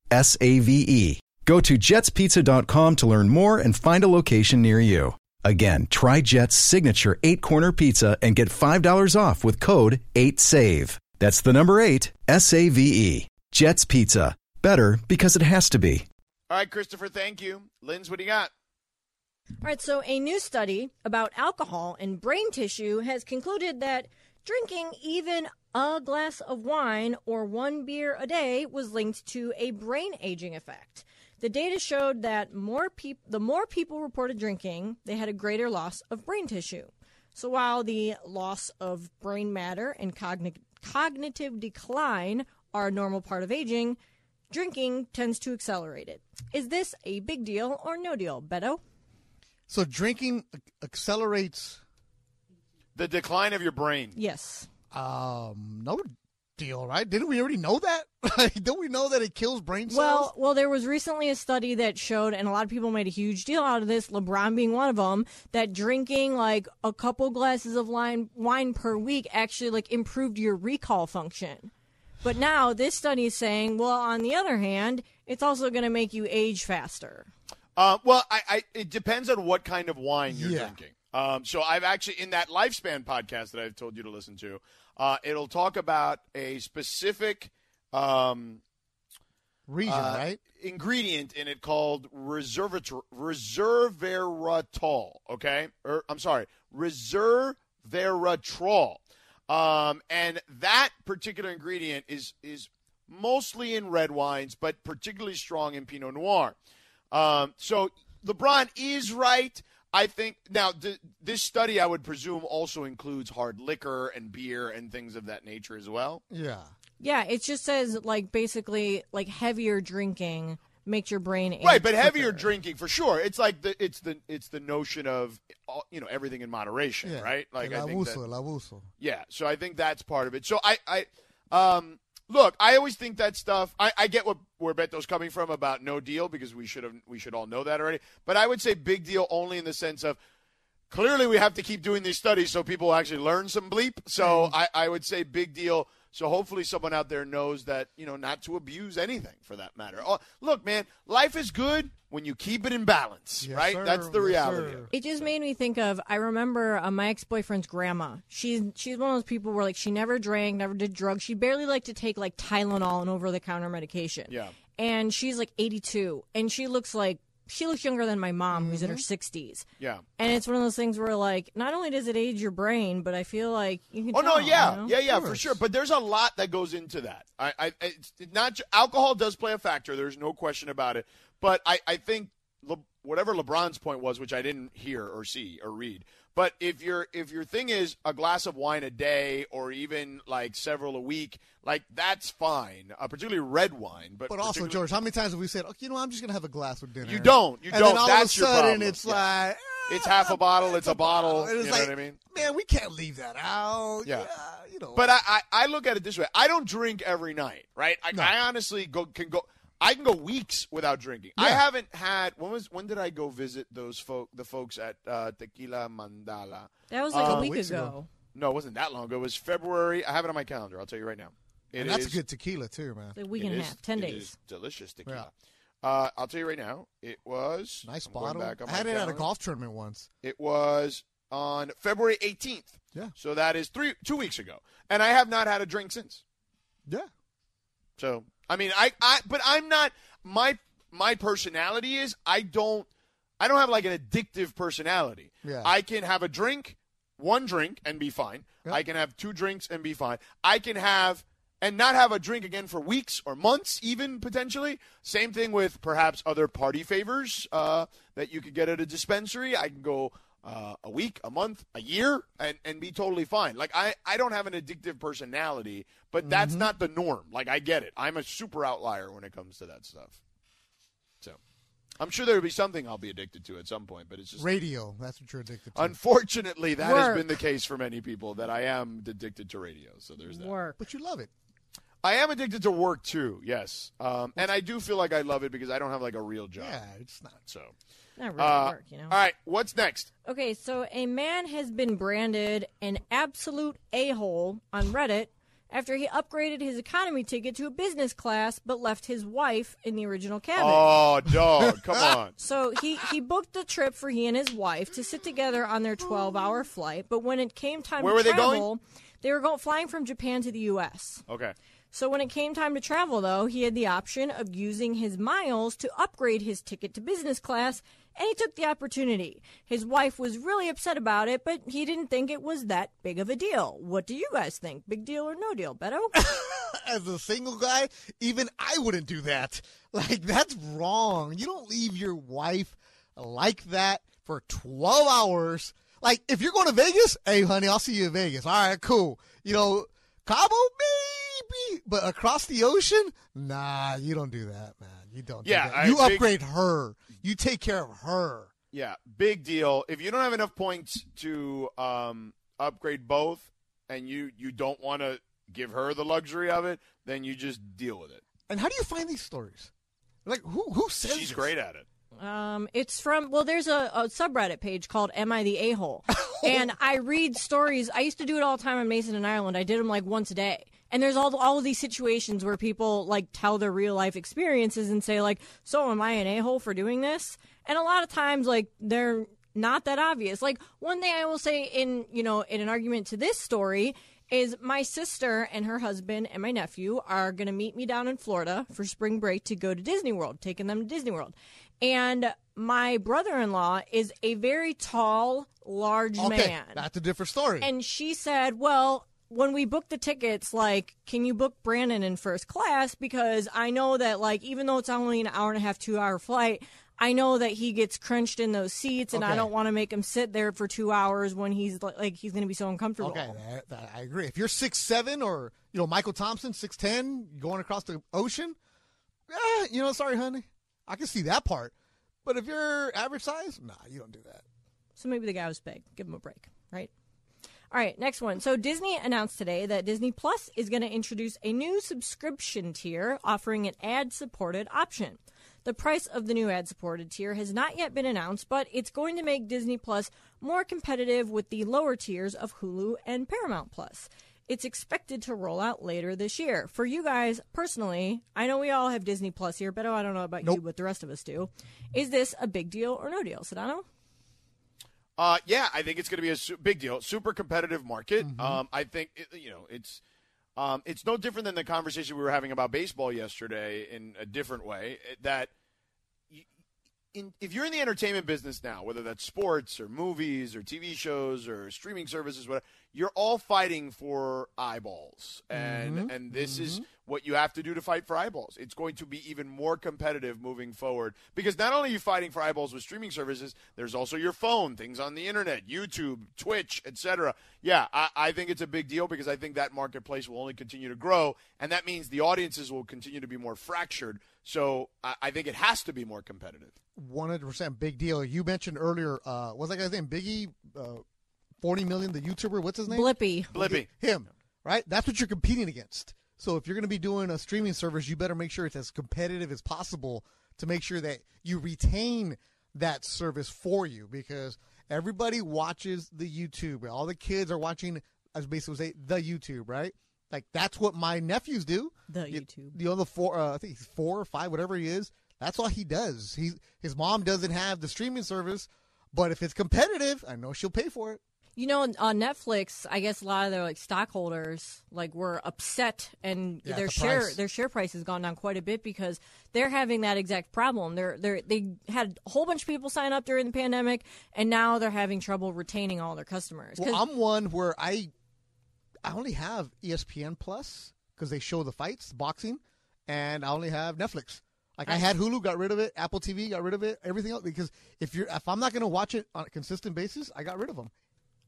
F: S A V E. Go to jetspizza.com to learn more and find a location near you. Again, try Jet's signature eight corner pizza and get $5 off with code 8SAVE. That's the number eight, S A V E. Jet's Pizza. Better because it has to be.
A: All right, Christopher, thank you. Linz, what do you got?
D: All right, so a new study about alcohol and brain tissue has concluded that drinking even a glass of wine or one beer a day was linked to a brain aging effect. The data showed that more peop- the more people reported drinking, they had a greater loss of brain tissue. So while the loss of brain matter and cogni- cognitive decline are a normal part of aging, drinking tends to accelerate it. Is this a big deal or no deal, Beto?
C: so drinking accelerates.
A: The decline of your brain.
D: Yes.
C: Um, no deal, right? Didn't we already know that? Like, don't we know that it kills brain cells?
D: Well, well, there was recently a study that showed, and a lot of people made a huge deal out of this. LeBron being one of them, that drinking like a couple glasses of wine wine per week actually like improved your recall function. But now this study is saying, well, on the other hand, it's also going to make you age faster.
A: Uh, well, I, I it depends on what kind of wine you're
C: Yeah.
A: drinking. Um, so I've actually in that lifespan podcast that I've told you to listen to, uh, it'll talk about a specific um,
C: region,
A: uh,
C: right?
A: ingredient in it called reservat- resveratrol. Okay, or I'm sorry, resveratrol, um, and that particular ingredient is is mostly in red wines, but particularly strong in Pinot Noir. Um, so LeBron is right. I think now th- this study, I would presume, also includes hard liquor and beer and things of that nature as well.
C: Yeah.
D: Yeah, it just says like basically like heavier drinking makes your brain age
A: right but heavier
D: quicker.
A: drinking for sure it's like the it's the it's the notion of all- you know everything in moderation
C: Yeah.
A: right like
C: El
A: i think
C: abuso,
A: that,
C: el abuso.
A: yeah so i think that's part of it so i i um look i always think that stuff i i get what where beto's coming from about no deal because we should have we should all know that already but i would say big deal only in the sense of clearly we have to keep doing these studies so people actually learn some bleep so
C: Mm-hmm.
A: i i would say big deal so hopefully someone out there knows that you know not to abuse anything for that matter oh, look man life is good when you keep it in balance
C: Yes,
A: right
C: sir.
A: that's the
C: Yes,
A: reality
C: sir.
D: It just made me think of I remember uh, my ex boyfriend's grandma. She's she's one of those people where like she never drank, never did drugs. She barely liked to take like Tylenol and over the counter medication.
A: Yeah.
D: And she's like 82, and she looks like she looks younger than my mom, who's in
A: Mm-hmm.
D: her 60s.
A: yeah
D: And it's one of those things where like not only does it age your brain, but I feel like you can.
A: Oh no,
D: tell,
A: yeah,
D: you know?
A: yeah, yeah, for sure. But there's a lot that goes into that. I, I it's not ju- alcohol does play a factor. There's no question about it. But I, I think Le, whatever LeBron's point was, which I didn't hear or see or read. But if your if your thing is a glass of wine a day or even like several a week, like that's fine. Uh, particularly red wine, but
C: But also,
A: particularly-
C: "Oh, George, how many times have we said, "Okay, you know, I'm just gonna have a glass with dinner"?
A: You don't. You
C: and
A: don't.
C: Then all
A: That's
C: of
A: your
C: a sudden,
A: problem.
C: it's
A: Yeah.
C: like, "Ah,
A: It's half a bottle. It's a bottle.
C: And
A: You
C: it's
A: know
C: like,
A: what I mean?
C: Man, we can't leave that out.
A: Yeah.
C: you know.
A: But I, I, I look at it this way. I don't drink every night, right? I, I honestly go can go. I can go weeks without drinking. I
C: Yeah.
A: haven't had when was when did I go visit those folk the folks at uh, Tequila Mandala?
D: That was like
C: Uh,
D: a week
C: weeks
D: ago.
C: ago.
A: No, it wasn't that long ago. It was February. I have it on my calendar. I'll tell you right now. It
C: and that's
A: is-
C: good tequila too, man.
D: A week
A: it
D: and a
A: is-
D: half, ten
A: it
D: days.
A: is delicious tequila. Uh, I'll tell you right now. It was
C: Nice
A: I'm going
C: bottle.
A: back on
C: I
A: my
C: had it at a
A: calendar.
C: golf tournament once.
A: It was on February 18th.
C: Yeah.
A: So that is three two weeks ago, and I have not had a drink since.
C: Yeah.
A: So I mean, I, I but I'm not my my personality is I don't I don't have like an addictive personality.
C: Yeah.
A: I can have a drink, one drink, and be fine.
C: Yep.
A: I can have two drinks and be fine. I can have and not have a drink again for weeks or months, even potentially. Same thing with perhaps other party favors uh, that you could get at a dispensary. I can go uh, a week, a month, a year, and, and be totally fine. Like, I, I don't have an addictive personality, but that's not the norm. Like, I get it. I'm a super outlier when it comes to that stuff. So, I'm sure there will be something I'll be addicted to at some point, but it's just
C: Radio. That's what you're addicted to.
A: Unfortunately, that has
D: Work.
A: been the case for many people that I am addicted to radio. So there's that.
D: Work.
C: but you love it.
A: I am addicted to work too. Yes, um, and I do feel like I love it because I don't have like a real job.
C: Yeah, it's not.
A: So,
D: Not really
A: uh,
D: work, you know.
A: all right, what's next?
D: Okay, so a man has been branded an absolute a hole on Reddit after he upgraded his economy ticket to a business class but left his wife in the original cabin.
A: Oh, dog! Come on.
D: So he, he booked the trip for he and his wife to sit together on their 12 hour flight, but when it came time
A: Where
D: to
A: were they
D: travel,
A: going?
D: they were go- flying from Japan to the U.S.
A: Okay.
D: So when it came time to travel, though, he had the option of using his miles to upgrade his ticket to business class, and he took the opportunity. His wife was really upset about it, but he didn't think it was that big of a deal. What do you guys think? Big deal or no deal, Beto?
C: As a single guy, even I wouldn't do that. Like that's wrong. You don't leave your wife like that for 12 hours. Like if you're going to Vegas, hey honey, I'll see you in Vegas. All right, cool. You know, Cabo maybe, but across the ocean, nah, you don't do that, man. You don't.
A: Yeah,
C: do
A: I
C: that. you
A: think-
C: upgrade her. You take care of her.
A: Yeah, big deal. If you don't have enough points to um, upgrade both, and you you don't want to give her the luxury of it, then you just deal with it.
C: And how do you find these stories? Like who who says
A: She's
C: this?
A: great at it.
D: Um, it's from well, there's a, a subreddit page called "Am I the A Hole," and I read stories. I used to do it all the time in Mason and Ireland. I did them like once a day. And there's all all of these situations where people like tell their real life experiences and say like, "So am I an a hole for doing this?" And a lot of times, like they're not that obvious. Like one thing I will say in you know in an argument to this story is my sister and her husband and my nephew are going to meet me down in Florida for spring break to go to Disney World, taking them to Disney World. And my brother in law is a very tall, large
C: Okay,
D: man.
C: that's a different story.
D: And she said, Well, when we book the tickets, like, can you book Brandon in first class? Because I know that, like, even though it's only an hour and a half, two hour flight, I know that he gets crunched in those seats, and I
C: Okay.
D: don't want to make him sit there for two hours when he's like, like he's going to be so uncomfortable.
C: Okay, that, that, I agree. If you're six seven or you know Michael Thompson six ten going across the ocean, eh, you know, sorry, honey, I can see that part. But if you're average size, nah, you don't do that.
D: So maybe the guy was big. Give him a break, right? All right, next one. So Disney announced today that Disney Plus is going to introduce a new subscription tier offering an ad-supported option. The price of the new ad-supported tier has not yet been announced, but it's going to make Disney Plus more competitive with the lower tiers of Hulu and Paramount Plus. It's expected to roll out later this year. For you guys personally, I know we all have Disney Plus here, but oh, I don't know about you, but the rest of us do. Is this a big deal or no deal, Sedano?
A: Uh, yeah, I think it's going to be a su- big deal. Super competitive market. Um, I think it, you know it's um, it's no different than the conversation we were having about baseball yesterday in a different way. eh, That y- in, if you're in the entertainment business now, whether that's sports or movies or TV shows or streaming services, whatever, you're all fighting for eyeballs, and and this is what you have to do to fight for eyeballs. It's going to be even more competitive moving forward because not only are you fighting for eyeballs with streaming services, there's also your phone, things on the internet, YouTube, Twitch, etc. Yeah, I, I think it's a big deal because I think that marketplace will only continue to grow, and that means the audiences will continue to be more fractured. So I, I think it has to be more competitive.
C: One hundred percent big deal. You mentioned earlier, uh, what's that guy's name? Biggie, uh, forty million. The YouTuber, what's his name?
D: Blippy.
A: Blippy.
C: him, right? That's what you're competing against. So if you're going to be doing a streaming service, you better make sure it's as competitive as possible to make sure that you retain that service for you because everybody watches the YouTube. All the kids are watching, as basically say, the YouTube, right? Like that's what my nephews do.
D: The
C: You-
D: YouTube.
C: You know the four. Uh, I think he's four or five, whatever he is. That's all he does. He his mom doesn't have the streaming service, but if it's competitive, I know she'll pay for it.
D: You know, on- on Netflix, I guess a lot of their like stockholders like were upset, and
C: Yeah,
D: their
C: the
D: share
C: price.
D: their share price has gone down quite a bit because they're having that exact problem. They're they they had a whole bunch of people sign up during the pandemic, and now they're having trouble retaining all their customers. 'Cause-
C: Well, I'm one where I I only have E ESPN Plus because they show the fights, boxing, and I only have Netflix. Like I had Hulu, got rid of it. Apple TV, got rid of it. Everything else because if you're if I'm not going to watch it on a consistent basis, I got rid of them.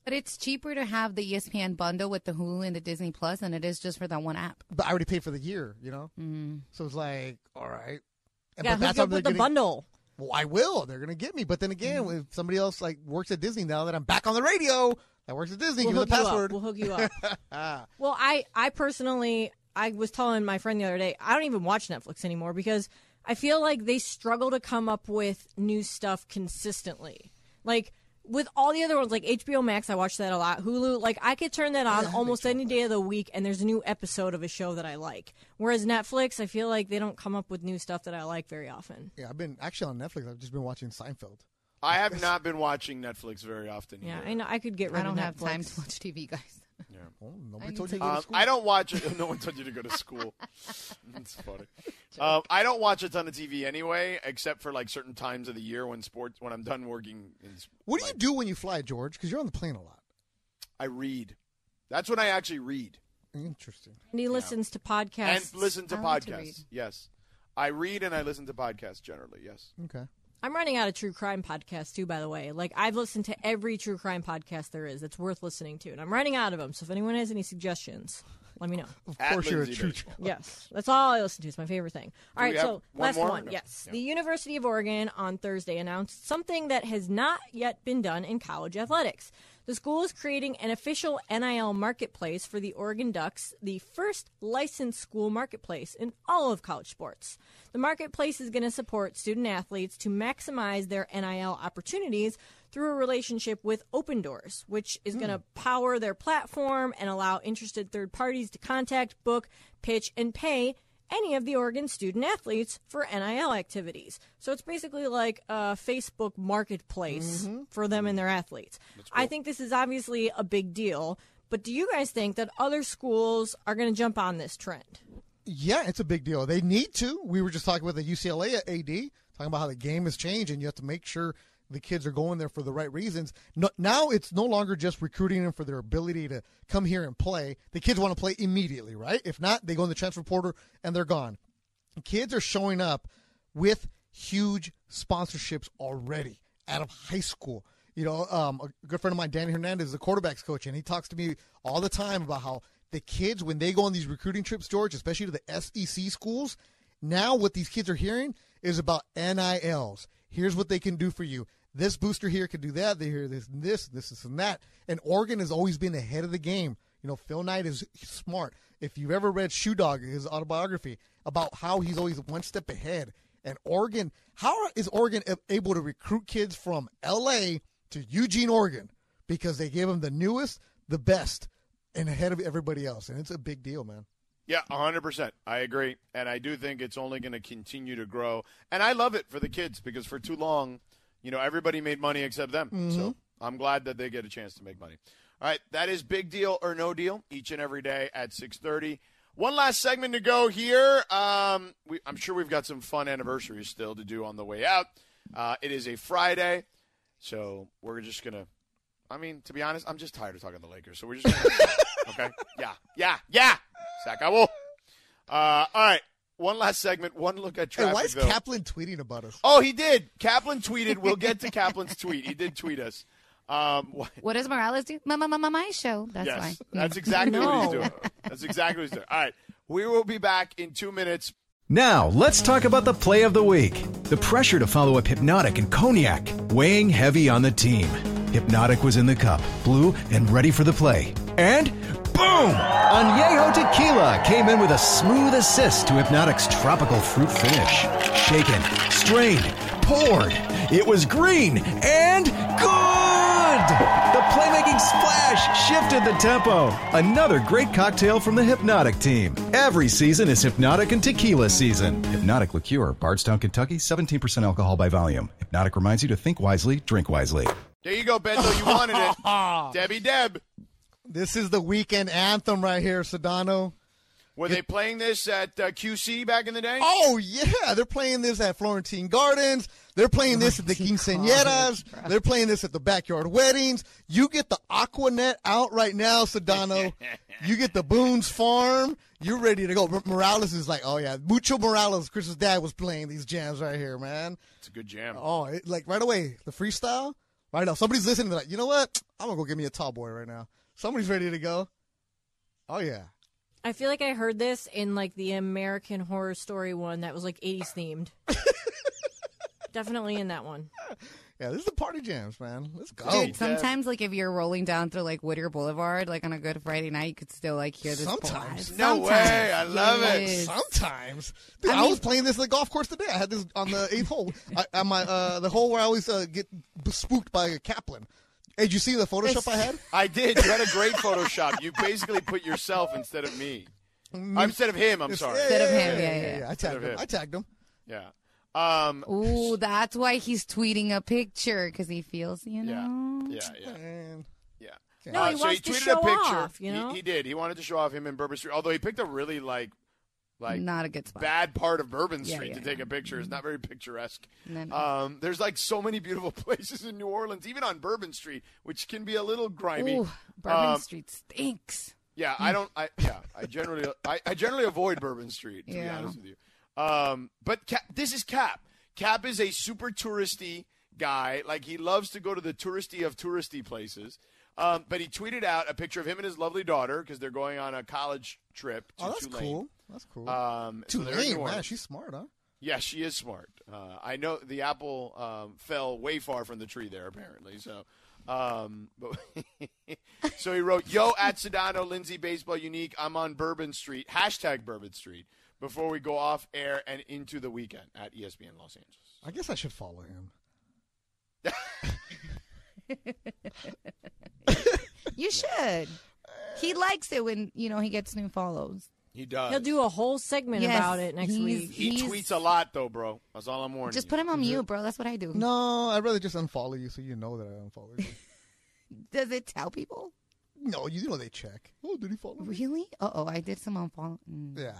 B: But it's cheaper to have the E ESPN bundle with the Hulu and the Disney Plus than it is just for that one app.
C: But I already paid for the year, you know. So it's like, all right. And-
D: Mm-hmm.
C: but
D: yeah, who's
C: that's what
D: gonna put
C: they're
D: the
C: getting-
D: bundle? Mm-hmm.
C: Well, I will. They're going to get me. But then again, if somebody else like works at Disney now that I'm back on the radio, that works at Disney, give me
D: hook
C: the password.
D: You up. We'll hook you up. well, I, I personally, I was telling my friend the other day, I don't even watch Netflix anymore because I feel like they struggle to come up with new stuff consistently. Like with all the other ones, like HBO Max, I watch that a lot. Hulu, like I could turn that on almost any day of the week, and there's a new episode of a show that I like. Whereas Netflix, I feel like they don't come up with new stuff that I like very often.
C: yeah, I've been actually on Netflix. I've just been watching Seinfeld.
A: I have not been watching Netflix very often.
D: Yeah,
A: either.
D: I know I could get rid
B: I don't
D: of
B: have
D: Netflix.
B: time to watch TV, guys.
C: Oh, nobody told you. to go to
A: Um,
C: school?
A: I don't watch it. No one told you to go to school. It's funny. Um, I don't watch a ton of TV anyway, except for like certain times of the year when sports. When I'm done working, in, s-
C: What do you do when you fly, George? Because you're on the plane a lot.
A: I read. That's when I actually read
C: Interesting.
D: And he listens to podcasts.
A: and listen to
B: I like
A: podcasts.
B: to read.
A: Yes, I read and I listen to podcasts generally. Yes.
C: Okay.
D: I'm running out of true crime podcasts too, by the way. Like I've listened to every true crime podcast there is that's worth listening to, and I'm running out of them. So if anyone has any suggestions, let me know.
C: Of
A: At
C: course, you're a
A: Lindsay
C: true.
A: Baseball.
D: yes, that's all I listen to. It's my favorite thing. All
A: we
D: right,
A: have
D: so
A: one
D: last
A: more?
D: one.
A: No.
D: Yes, the University of Oregon on Thursday announced something that has not yet been done in college athletics. The school is creating an official NIL marketplace for the Oregon Ducks, the first licensed school marketplace in all of college sports. The marketplace is going to support student athletes to maximize their NIL opportunities through a relationship with Open Doors, which is going to
A: Hmm.
D: power their platform and allow interested third parties to contact, book, pitch, and pay any of the Oregon student athletes for NIL activities. So it's basically like a Facebook marketplace
C: Mm-hmm.
D: for them and their athletes. I think this is obviously a big deal, but do you guys think that other schools are going to jump on this trend?
C: Yeah, it's a big deal. They need to. We were just talking with the UCLA AD, talking about how the game has changed, and you have to make sure the kids are going there for the right reasons. No, now it's no longer just recruiting them for their ability to come here and play. The kids want to play immediately, right? If not, they go in the transfer portal and they're gone. kids are showing up with huge sponsorships already out of high school. You know, um, a good friend of mine, Danny Hernandez, is the quarterbacks coach, and he talks to me all the time about how the kids, when they go on these recruiting trips, George, especially to the SEC schools, now what these kids are hearing is about NILs. Here's what they can do for you. This booster here can do that. They hear this, and this, this, this, and that. And Oregon has always been ahead of the game. You know, Phil Knight is smart. If you've ever read Shoe Dog, his autobiography, about how he's always one step ahead. And Oregon, how is Oregon a- able to recruit kids from L.A. to Eugene, Oregon? Because they gave them the newest, the best, and ahead of everybody else. And it's a big deal, man.
A: Yeah, 100%. I agree. And I do think it's only going to continue to grow. And I love it for the kids because for too long, you know, everybody made money except them. So I'm glad that they get a chance to make money. All right, that is big deal or no deal each and every day at 6:30. One last segment to go here. Um, we, I'm sure we've got some fun anniversaries still to do on the way out. Uh, it is a Friday, so we're just gonna I mean, to be honest, I'm just tired of talking to the Lakers, so we're just gonna- okay. Yeah, yeah, yeah. Sacabo. Uh, all right, one last segment. One look at traffic.
C: Hey, why is
A: though.
C: Kaplan tweeting about us?
A: Oh, he did. Kaplan tweeted. We'll get to Kaplan's tweet. He did tweet us. Um, wh-
B: What does Morales do? My, my, my, my show. That's
A: yes,
B: why.
A: that's exactly what he's
D: No.
A: doing. That's exactly what he's doing. All right, we will be back in two minutes.
F: Now, let's talk about the play of the week. The pressure to follow up Hypnotic and Cognac, weighing heavy on the team. Hypnotic was in the cup, blue, and ready for the play. And boom! Añejo Tequila came in with a smooth assist to Hypnotic's tropical fruit finish. Shaken, strained, poured. It was green and good! The playmaking splash shifted the tempo. Another great cocktail from the Hypnotic team. Every season is Hypnotic and Tequila season. Hypnotic Liqueur, Bardstown, Kentucky, 17% alcohol by volume. Hypnotic reminds you to think wisely, drink wisely.
A: There you go, Bento. You wanted it, Debbie Deb.
C: This is the weekend anthem right here, Sedano.
A: Were they playing this at uh, QC back in the day?
C: Oh yeah, they're playing this at Florentine Gardens. They're playing this at the quinceañeras. They're playing this at the backyard weddings. You get the Aquanet out right now, Sedano. you get the Boone's Farm. You're ready to go. But Morales is like, oh yeah, Mucho Morales, Chris's dad was playing these jams right here, man.
A: It's a good jam.
C: Oh, it, like right away, the freestyle. Right now, somebody's listening. They're like, you know what? I'm gonna go get me a tall boy right now. Somebody's ready to go. Oh yeah.
D: I feel like I heard this in like the American Horror Story one that was like 80s themed. Definitely in that one.
C: Yeah, this is the party jams, man. Let's go.
A: Oh,
B: Dude, sometimes like if you're rolling down through like Whittier Boulevard, like on a good Friday night, you could still like hear this.
C: Sometimes.
B: blast.
A: No way. I love it.
B: Yes.
C: Sometimes, Dude, I,
B: mean-
C: was playing this at the golf course today. I had this on the eighth hole, I, on my uh, the hole where I always uh, get spooked by a Kaplan. Hey, Did you see the Photoshop I had?
A: I did. You had a great Photoshop. You basically put yourself instead of me. Uh, instead of him, I'm sorry.
B: Instead of him, yeah, yeah,
C: I tagged
A: of
C: him.
A: him.
C: I tagged him.
A: Yeah. Um,
B: Ooh, that's why he's tweeting a picture because he feels, you
A: yeah.
B: know.
A: Yeah, yeah,
C: And
A: yeah. Uh,
D: No, he
A: so he
D: wants to
A: tweeted
D: show
A: a picture.
D: off, you
A: He-
D: know?
A: he, did. He wanted to show off him in Bourbon Street. Although he picked a really like, like
B: Not a good spot.
A: bad part of Bourbon
B: Yeah,
A: Street
B: yeah,
A: to take a picture. It's not very picturesque.
B: No, no.
A: Um, there's like so many beautiful places in New Orleans, even on Bourbon Street, which can be a little grimy.
B: Ooh, Bourbon
A: Um,
B: Street stinks.
A: Yeah, I don't. I yeah, I generally I, I generally avoid Bourbon Street to be
B: Yeah.
A: honest with you. Um, but Cap, this is Cap. Cap is a super touristy guy. Like he loves to go to the touristy of touristy places. Um, but he tweeted out a picture of him and his lovely daughter because they're going on a college trip to
C: oh, that's
A: Tulane.
C: cool. That's cool.
A: Um, so they're in New
C: Tulane, man,
A: Orleans.
C: she's smart, huh?
A: Yeah, she is smart. Uh, I know the apple um, fell way far from the tree there, apparently. So, um, but so he wrote, "Yo, at Sedano, Lindsay Baseball Unique. I'm on Bourbon Street. Hashtag Bourbon Street." Before we go off air and into the weekend at E ESPN Los Angeles.
C: I guess I should follow him.
B: You should. He likes it when you know he gets new follows.
A: He
C: Uh,
A: does.
D: He'll do a whole segment
B: Yes,
D: about it next
B: he's-
D: week.
A: He
B: He's-
A: tweets a lot though, bro. That's all I'm warning.
B: Just
A: you.
B: put him on mute, bro. That's what I do.
C: No, I'd rather just unfollow you so you know that I unfollowed you.
B: Does it tell people?
C: no, you know they check. Oh, did he follow me?
B: Really? Uh oh, I did some unfollow. Mm.
C: Yeah.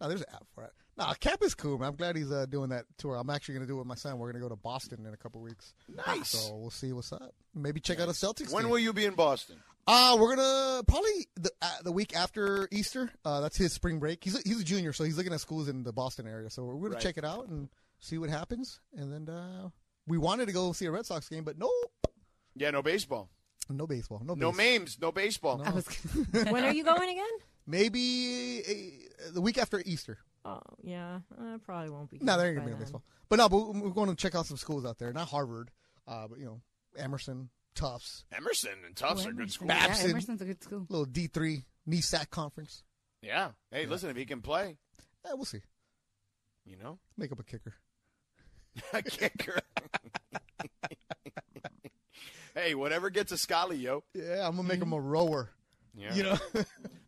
C: No, there's an app for it. Nah, Cap is cool, man. I'm glad he's uh, doing that tour. I'm actually going to do it with my son. We're going to go to Boston in a couple weeks.
A: Nice.
C: So we'll see what's up. Maybe check out a Celtics.
A: When
C: team.
A: will you be in Boston?
C: Uh, we're gonna probably the uh, the week after Easter. Uh, that's his spring break. He's a, he's a junior, so he's looking at schools in the Boston area. So we're gonna
A: Right.
C: check it out and see what happens. And then uh, we wanted to go see a Red Sox game, but no,
A: Yeah, no baseball,
C: no baseball, no
A: no
C: base.
A: memes, no baseball.
B: I was gonna-
D: when are you going again?
C: Maybe uh, the week after Easter.
D: Oh, yeah. I probably won't be.
C: No,
D: good
C: there ain't
D: by
C: gonna be no
D: then.
C: baseball. But no, but we- we're going to check out some schools out there. Not Harvard, uh, but you know Emerson, Tufts,
A: Emerson and Tufts are good schools.
B: Yeah,
C: Babson.
B: Emerson's a good school.
C: little D three E NESAC conference.
A: Yeah. Hey, listen, if he can play,
C: Eh, we'll see.
A: you know.
C: Make up a kicker.
A: a kicker. hey, whatever gets a Scally, yo.
C: Yeah, I'm gonna make him a rower.
A: Yeah.
C: You know.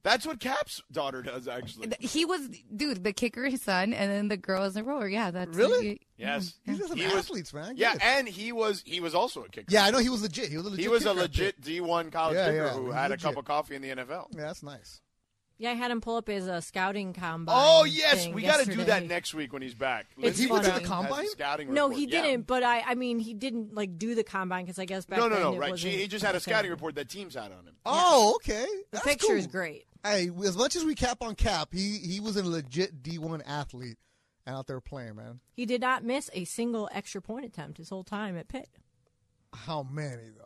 A: That's what Cap's daughter does, actually.
B: He was, dude, the kicker, his son, and then the girl is a rower. Yeah, that's
C: Really?
A: Yes.
C: These are some
A: He was-
C: athletes, man.
A: Yeah,
C: Good.
A: and he was he was also a kicker.
C: yeah, I know he was legit. He was a legit.
A: He was a
C: kicker.
A: legit D1 college
C: Yeah,
A: kicker
C: yeah,
A: who had a
C: legit.
A: cup of coffee in the NFL.
C: Yeah, that's nice.
D: Yeah, I had him pull up his uh, scouting combine.
A: Oh yes,
D: thing
A: we got to do that
D: yesterday.
A: next week when he's back.
D: It's
A: Lindsey
D: funny.
A: Graham
D: He went to the
A: has
C: combine?
A: Scouting
D: No,
A: report.
D: he
A: Yeah.
D: didn't. But I, I mean, he didn't like do the combine because I guess back
A: No, no,
D: then
A: no.
D: it
A: Right?
D: wasn't-
A: She, he just had a scouting report that teams had on him.
C: Oh, okay.
D: The
C: That's
D: picture is
C: cool.
D: great.
C: Hey, as much as we cap on cap, he he was a legit D1 athlete and out there playing, man.
D: He did not miss a single extra point attempt his whole time at Pitt.
C: How many though?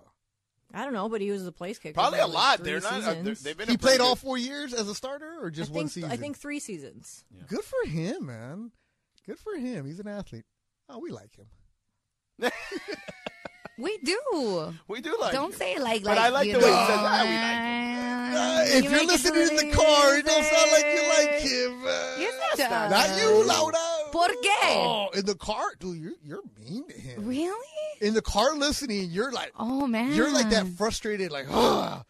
D: I don't know, but he was the place kicker.
A: Probably
D: for,
A: a
D: like,
A: lot.
D: three
A: They're not. Uh, they're,
D: seasons.
A: they've been.
C: He
A: a pretty
C: played all
A: good-
C: four years as a starter, or
D: I
C: just
D: think,
C: one season?
D: I think three seasons.
C: Good for him, man. Good for him. He's an athlete. Oh, we like him.
B: We do.
A: We do like.
B: Don't
A: him.
B: say it like
A: But
B: like.
A: I like
B: you
A: the
B: know,
A: way he says, "Ah, we like him."
C: Uh, if
B: you
C: you're
B: make it
C: listening in the
B: really
C: car, it don't sound like you like
B: easy.
C: him. Uh,
B: Yes, it does.
C: Not you, Laura.
B: Por qué?
C: Oh, in the car, dude, you're you're mean to him.
B: Really?
C: In the car, listening, you're like,
B: Oh man.
C: you're like that frustrated, like, ah.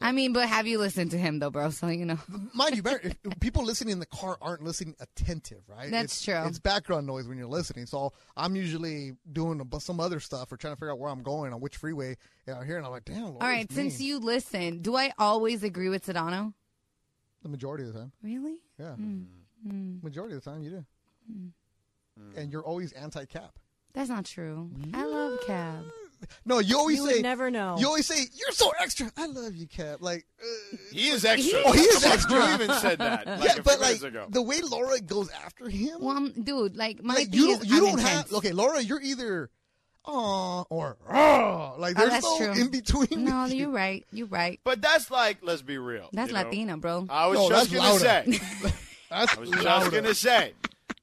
B: I mean, but have you listened to him though, bro? So you know.
C: Mind you, bear- if people listening in the car aren't listening attentive, right?
B: That's
C: it's,
B: true.
C: It's background noise when you're listening. So I'm usually doing a- some other stuff or trying to figure out where I'm going on which freeway. And I'm here, and I'm like, damn. Laura's
B: All right,
C: mean.
B: since you listen, do I always agree with Sedano?
C: the majority of the time,
B: Really?
C: yeah,
B: Mm.
A: Mm.
C: majority of the time you do,
B: Mm.
C: and you're always anti-cap.
B: That's not true. I love Cab.
C: Mm. No, you always
D: You
C: say
D: would never know.
C: You always say you're so extra. I love you, Cap. Like, uh,
A: He is extra.
C: Oh, he is
A: Come on,
C: extra.
A: You even said that. Like a
C: yeah,
A: few
C: but like
A: minutes ago.
C: the way Laura goes after him,
B: Well, I'm, dude, like my
C: like
B: thing
C: you
B: is
C: don't, you
B: I'm
C: don't
B: intense.
C: have. Okay, Laura, you're either aw or ah. Like
B: Oh,
C: there's
B: that's
C: no
B: true.
C: in between.
B: No,
C: with
B: you're
C: you.
B: right. You're right.
A: but that's like. Let's be real.
B: That's
A: you know?
B: Latina, bro.
A: I was
C: No,
A: just
C: that's
A: gonna
C: louder.
A: say.
C: That's
A: I was
C: Laura.
A: just gonna say.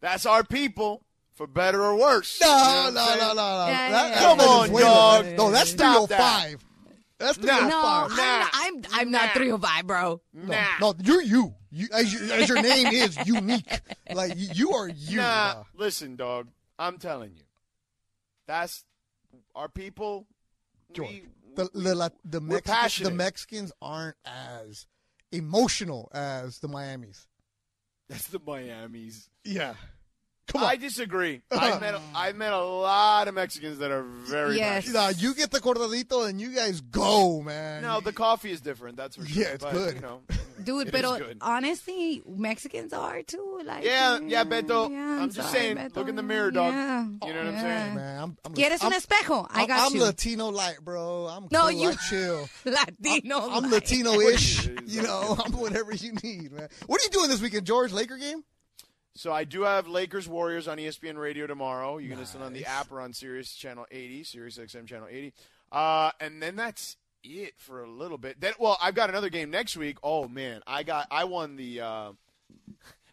A: That's our people, for better or worse. You know what
C: No,
A: I'm
C: no, no,
A: saying?
C: no, no.
B: Yeah,
C: That-
B: yeah,
A: Come
C: that's
A: on,
C: Venezuela.
A: dog.
C: No, that's
A: Stop that.
C: 305. That's
A: Nah.
C: 305.
B: no, I'm,
A: nah.
B: not, I'm I'm not
A: Nah.
B: three or five, bro.
C: No,
A: Ah.
C: no, you're you. you as, you- as your name is unique. Like you, you are you.
A: nah,
C: bro.
A: listen, dog. I'm telling you, that's our people.
C: George.
A: We-
C: the the, La- the,
A: we're
C: Mexicans, the
A: passionate.
C: Mexicans aren't as emotional as the Miamis.
A: that's the Miami's.
C: Yeah. Come on.
A: I disagree. I met I met a lot of Mexicans that are very
B: Yes.
A: passionate.
C: Nah, you get the cortadito and you guys go, man.
A: No, the coffee is different. That's for sure.
C: Yeah, it's
A: but,
C: good.
A: You know,
B: Dude,
A: It is
B: but
A: good.
B: honestly, Mexicans are too. Like,
A: yeah,
B: mm,
A: yeah, Beto.
B: yeah,
A: I'm, just
B: sorry,
A: saying.
B: Beto,
A: Look in the
B: yeah,
A: mirror, dog.
B: yeah.
A: You know what I'm
B: Yeah.
A: saying?
C: man. I'm, I'm,
B: Quieres
C: I'm,
B: un espejo? I
C: I'm-
B: got
C: I'm
B: you.
C: Latino light, bro. I'm
B: No,
C: cool,
B: you-
C: I chill.
B: Latino.
C: I'm
B: like-
C: Latino-ish. you know, I'm whatever you need, man. What are you doing this weekend, George? Laker game?
A: So I do have Lakers Warriors on E ESPN Radio tomorrow. You can listen on the app or on Sirius Channel 80, Sirius XM Channel 80. Uh, and then that's it for a little bit. Then, well, I've got another game next week. Oh man, I got I won the uh,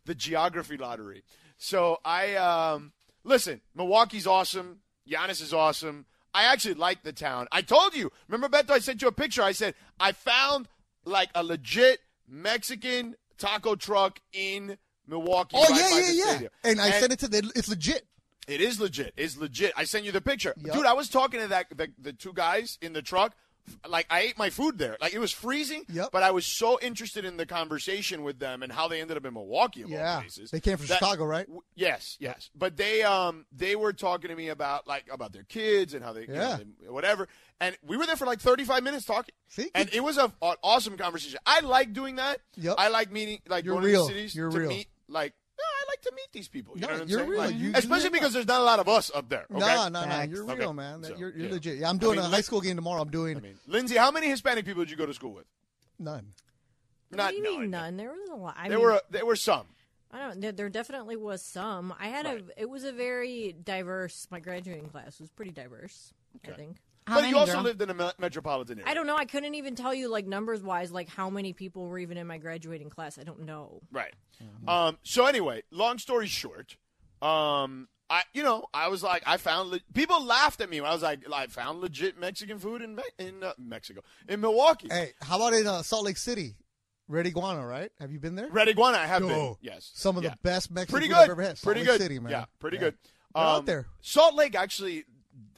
A: the geography lottery. So I um, listen. Milwaukee's awesome. Giannis is awesome. I actually like the town. I told you. Remember, Beto? I sent you a picture. I said I found like a legit Mexican taco truck in Milwaukee.
C: Oh,
A: right by
C: yeah,
A: the
C: yeah, yeah.
A: stadium.
C: And I sent it to them. It's legit.
A: It is legit. It's legit. I sent you the picture,
C: Yup.
A: dude. I was talking to that the, the two guys in the truck. Like I ate my food there. Like it was freezing,
C: Yup.
A: but I was so interested in the conversation with them and how they ended up in Milwaukee. Of all
C: Yeah.
A: places,
C: They came from
A: that-
C: Chicago, right?
A: W- Yes, yes. But they um they were talking to me about like about their kids and how they, you know,
C: Yeah.
A: they- whatever. And we were there for like 35 minutes talking.
C: See?
A: and it was a, an awesome conversation. I like doing that.
C: Yup.
A: I like meeting like
C: You're
A: going
C: real.
A: to the cities
C: You're
A: to
C: real.
A: meet like yeah, I like to meet these people. You
C: No,
A: know what I'm
C: you're
A: saying?
C: real.
A: Like,
C: You- you
A: especially
C: really
A: because there's not a lot of us up there. Okay?
C: No, no, no.
B: Facts.
C: You're
A: Okay.
C: real, man. That-
A: So,
C: you're you're
A: yeah.
C: legit. Yeah, I'm doing
A: mean,
C: a high school game tomorrow. I'm doing
A: I mean, Lindsay, how many Hispanic people did you go to school with?
C: none.
D: What
A: Not
D: do you mean
A: none.
D: none? There was a lot. I
A: There
D: mean,
A: were a, there were some.
D: I don't. There, there definitely was some. I had
A: Right.
D: a. It was a very diverse. My graduating class was pretty diverse. I think.
B: How
A: but
B: many,
A: you also
B: girl?
A: lived in a me- metropolitan area.
D: I don't know. I couldn't even tell you like numbers wise, like how many people were even in my graduating class. I don't know.
A: Right.
C: Mm-hmm.
A: Um, so anyway, long story short, um, I you know I was like I found le- people laughed at me when I was like I found legit Mexican food in Me- in uh, Mexico in Milwaukee.
C: Hey, how about in uh, Salt Lake City? Red Iguana, right? Have you been there?
A: Red iguana, I have been.
C: Yo,
A: Yes,
C: Some of
A: Yeah.
C: the best Mexican
A: pretty
C: food
A: good.
C: I've ever had. Salt
A: pretty
C: Lake
A: good.
C: City, man.
A: Yeah, pretty good. Um,
C: They're out there.
A: Salt Lake actually,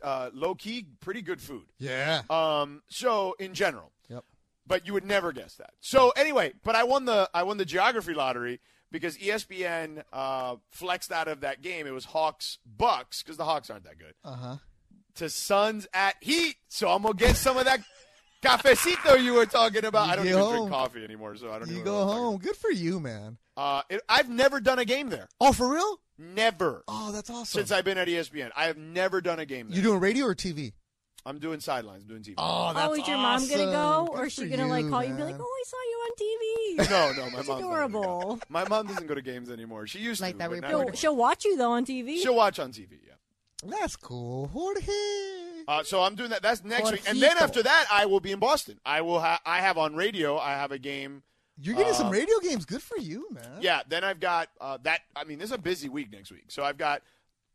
A: uh, low key, pretty good food.
C: Yeah.
A: Um, so in general,
C: Yep.
A: but you would never guess that. So anyway, but I won the I won the geography lottery because E ESPN uh, flexed out of that game. It was Hawks Bucks
C: Uh-huh.
A: because the Hawks aren't that good.
C: Uh huh.
A: To Suns at Heat, so I'm gonna get some of that Cafecito, you were talking about.
C: You
A: I don't
C: get
A: even
C: home.
A: drink coffee anymore, so I don't.
C: You
A: even
C: go
A: know what I'm talking
C: home. Good for you, man.
A: about. Uh, it, I've never done a game there.
C: Oh, for real?
A: Never
C: Oh, that's awesome.
A: since I've been at E ESPN. I have never done a game there.
C: you doing radio or TV?
A: I'm doing sidelines, doing TV.
C: Oh,
D: oh, is your mom gonna go,
C: awesome.
D: or
C: Good
D: is she
C: for
D: gonna like
C: you,
D: call you and be like,
C: man.
D: "Oh, I saw you on TV."
A: No, no, my mom's
D: That's
A: not gonna go.
D: adorable.
A: My mom doesn't go to games anymore. She used
B: Like
A: to.
B: that
A: but not
B: reporter.
D: she'll,
A: anymore.
D: she'll watch you though on TV.
A: She'll watch on TV. Yeah.
D: "Oh,
C: That's cool. Jorge.
A: Uh, so I'm doing that. That's next week, and
B: Jorgito.
A: then after that, I will be in Boston. I will. Ha- I have on radio. I have a game.
C: You're getting
A: uh,
C: some radio games. Good for you, man.
A: Yeah. Then I've got uh, that. I mean, this is a busy week next week. So I've got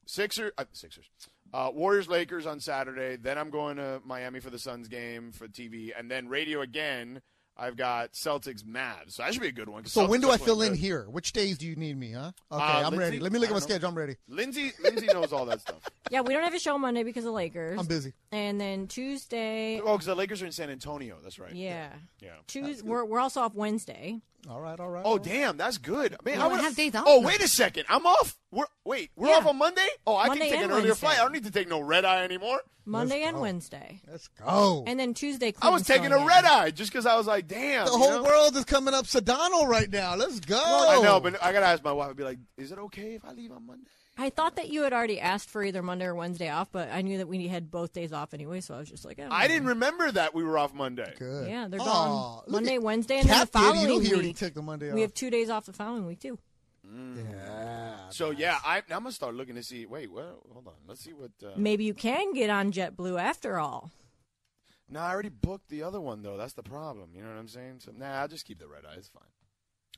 A: Sixer, uh, Sixers, uh, Warriors, Lakers on Saturday. Then I'm going to Miami for the Suns game for TV, and then radio again. I've got Celtics, Mavs. So that should be a good one. 'cause
C: So when
A: Celtics
C: do I
A: are playing
C: fill in
A: good.
C: here? Which days do you need me, huh?
A: Uh,
C: Okay, I'm
A: Lindsay,
C: ready. Let me look
A: I
C: at my
A: don't know.
C: schedule. I'm ready.
A: Lindsay, Lindsay knows all that stuff.
D: yeah, we don't have a show Monday because of Lakers.
C: I'm busy.
D: And then Tuesday,
A: Oh, because the Lakers are in San Antonio. That's right.
D: yeah,
A: Yeah.
D: Tuesday we're we're also off Wednesday.
C: All right, all right.
A: Oh damn, that's good. Man,
B: You
A: I
B: don't
A: would
B: have days off
A: Oh
B: now.
A: wait a second, I'm off. We're wait, we're
D: Yeah.
A: off on Monday. Oh, I
D: Monday
A: can take an
D: and
A: earlier
D: Wednesday.
A: flight. I don't need to take no red eye anymore.
D: Monday and Wednesday,
C: Let's go.
D: and then Tuesday.
A: I was
D: Clinton's
A: taking a
D: going in.
A: red eye just because I was like, damn.
C: the
A: you
C: whole
A: know?
C: world is coming up Sedano right now. Let's go.
A: I know, but I gotta ask my wife. I'd be like, is it okay if I leave on Monday?
D: I thought that you had already asked for either Monday or Wednesday off, but I knew that we had both days off anyway, so I was just like, oh,
A: I didn't remember that we were off Monday.
C: Good.
D: Yeah, they're
C: Aw,
D: gone
C: look
D: Monday,
C: at-
D: Wednesday, and then the
C: Cat did. You
D: following
C: know he already
D: week.
C: took the Monday
D: We
C: off.
D: have two days off the following week too.
C: Yeah.
A: So yeah, I, now I'm gonna start looking to see. Wait, well, hold on. Let's see what. Uh,
D: Maybe you can get on JetBlue after all.
A: no, I already booked the other one though. That's the problem. You know what I'm saying? So nah, I'll just keep the red eye. It's fine.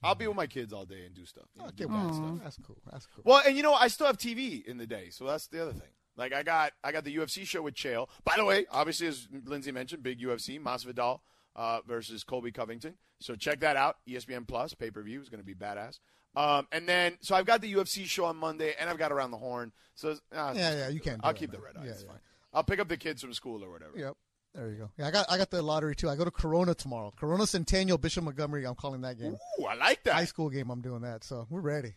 A: I'll be with my kids all day and do stuff. You know,
C: Okay,
A: do bad
C: well,
A: stuff.
C: That's cool. That's cool.
A: Well, and you know, I still have TV in the day, so that's the other thing. Like I got, I got the UFC show with Chael. By the way, obviously as Lindsay mentioned, big UFC Masvidal uh, versus Colby Covington. So check that out. E ESPN Plus pay per view is going to be badass. Um, and then, so I've got the UFC show on Monday, and I've got Around the Horn. So uh,
C: Yeah, yeah, you can't do
A: I'll
C: that,
A: keep the
C: man.
A: red eye.
C: Yeah,
A: it's
C: yeah.
A: fine. I'll pick up the kids from school or whatever.
C: Yep. There you go. Yeah, I got I got the lottery too. I go to Corona tomorrow. Corona Centennial Bishop Montgomery. I'm calling that game.
A: Ooh, I like that.
C: High school game. I'm doing that. So we're ready.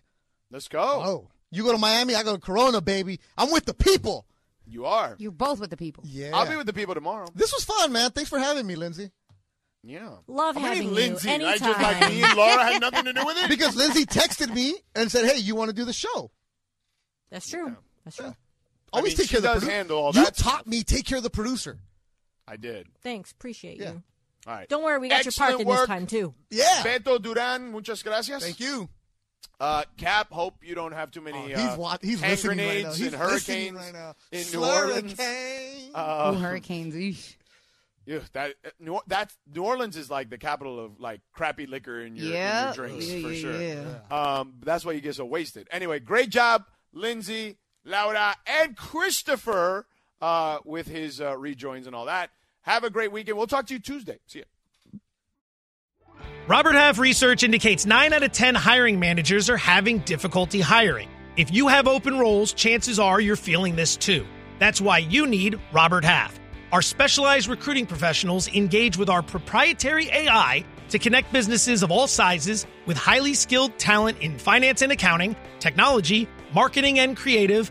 A: Let's go.
C: Oh, you go to Miami. I go to Corona, baby. I'm with the people.
A: You are.
B: You're both with the people.
C: Yeah.
A: I'll be with the people tomorrow.
C: This was fun, man. Thanks for having me, Lindsay.
A: Yeah.
D: Love
A: I mean,
D: having you
A: Lindsay. I just
D: anytime.
A: like me and Laura had nothing to do with it.
C: Because Lindsay texted me and said, "Hey, you want to do the show?"
D: That's true. That's true.
A: I
C: Always
A: mean,
C: take
A: she
C: care of the
A: does
C: producer.
A: handle all
C: you
A: that
C: taught
A: stuff.
C: me take care of the producer.
A: I did.
D: Thanks. Appreciate
C: Yeah.
D: you.
A: All right.
D: Don't worry, we got
A: Excellent
D: your parking this
A: work.
D: time too.
C: Yeah.
A: Beto Duran, muchas gracias.
C: Thank you.
A: Uh, Cap, hope you don't have too many
C: Oh, he's
A: uh,
C: wa- he's
A: hand
C: listening right
A: grenades
C: now. He's
A: and
C: listening
A: hurricanes
C: right now.
A: in New Orleans.
C: Slurricane.
B: Ooh,
A: Uh,
B: hurricanes. eesh.
A: yeah, that uh, New, Or- that's, New Orleans is like the capital of like crappy liquor in your, in your
B: Yeah.
A: drinks
B: Yeah,
A: for
B: yeah,
A: sure.
B: yeah.
A: Um, that's why you get so wasted. Anyway, great job, Lindsay, Laura, and Christopher uh, with his uh, rejoins and all that. Have a great weekend. We'll talk to you Tuesday. See ya.
G: Robert Half research indicates 9 out of 10 hiring managers are having difficulty hiring. If you have open roles, chances are you're feeling this too. That's why you need Robert Half. Our specialized recruiting professionals engage with our proprietary AI to connect businesses of all sizes with highly skilled talent in finance and accounting, technology, marketing and creative,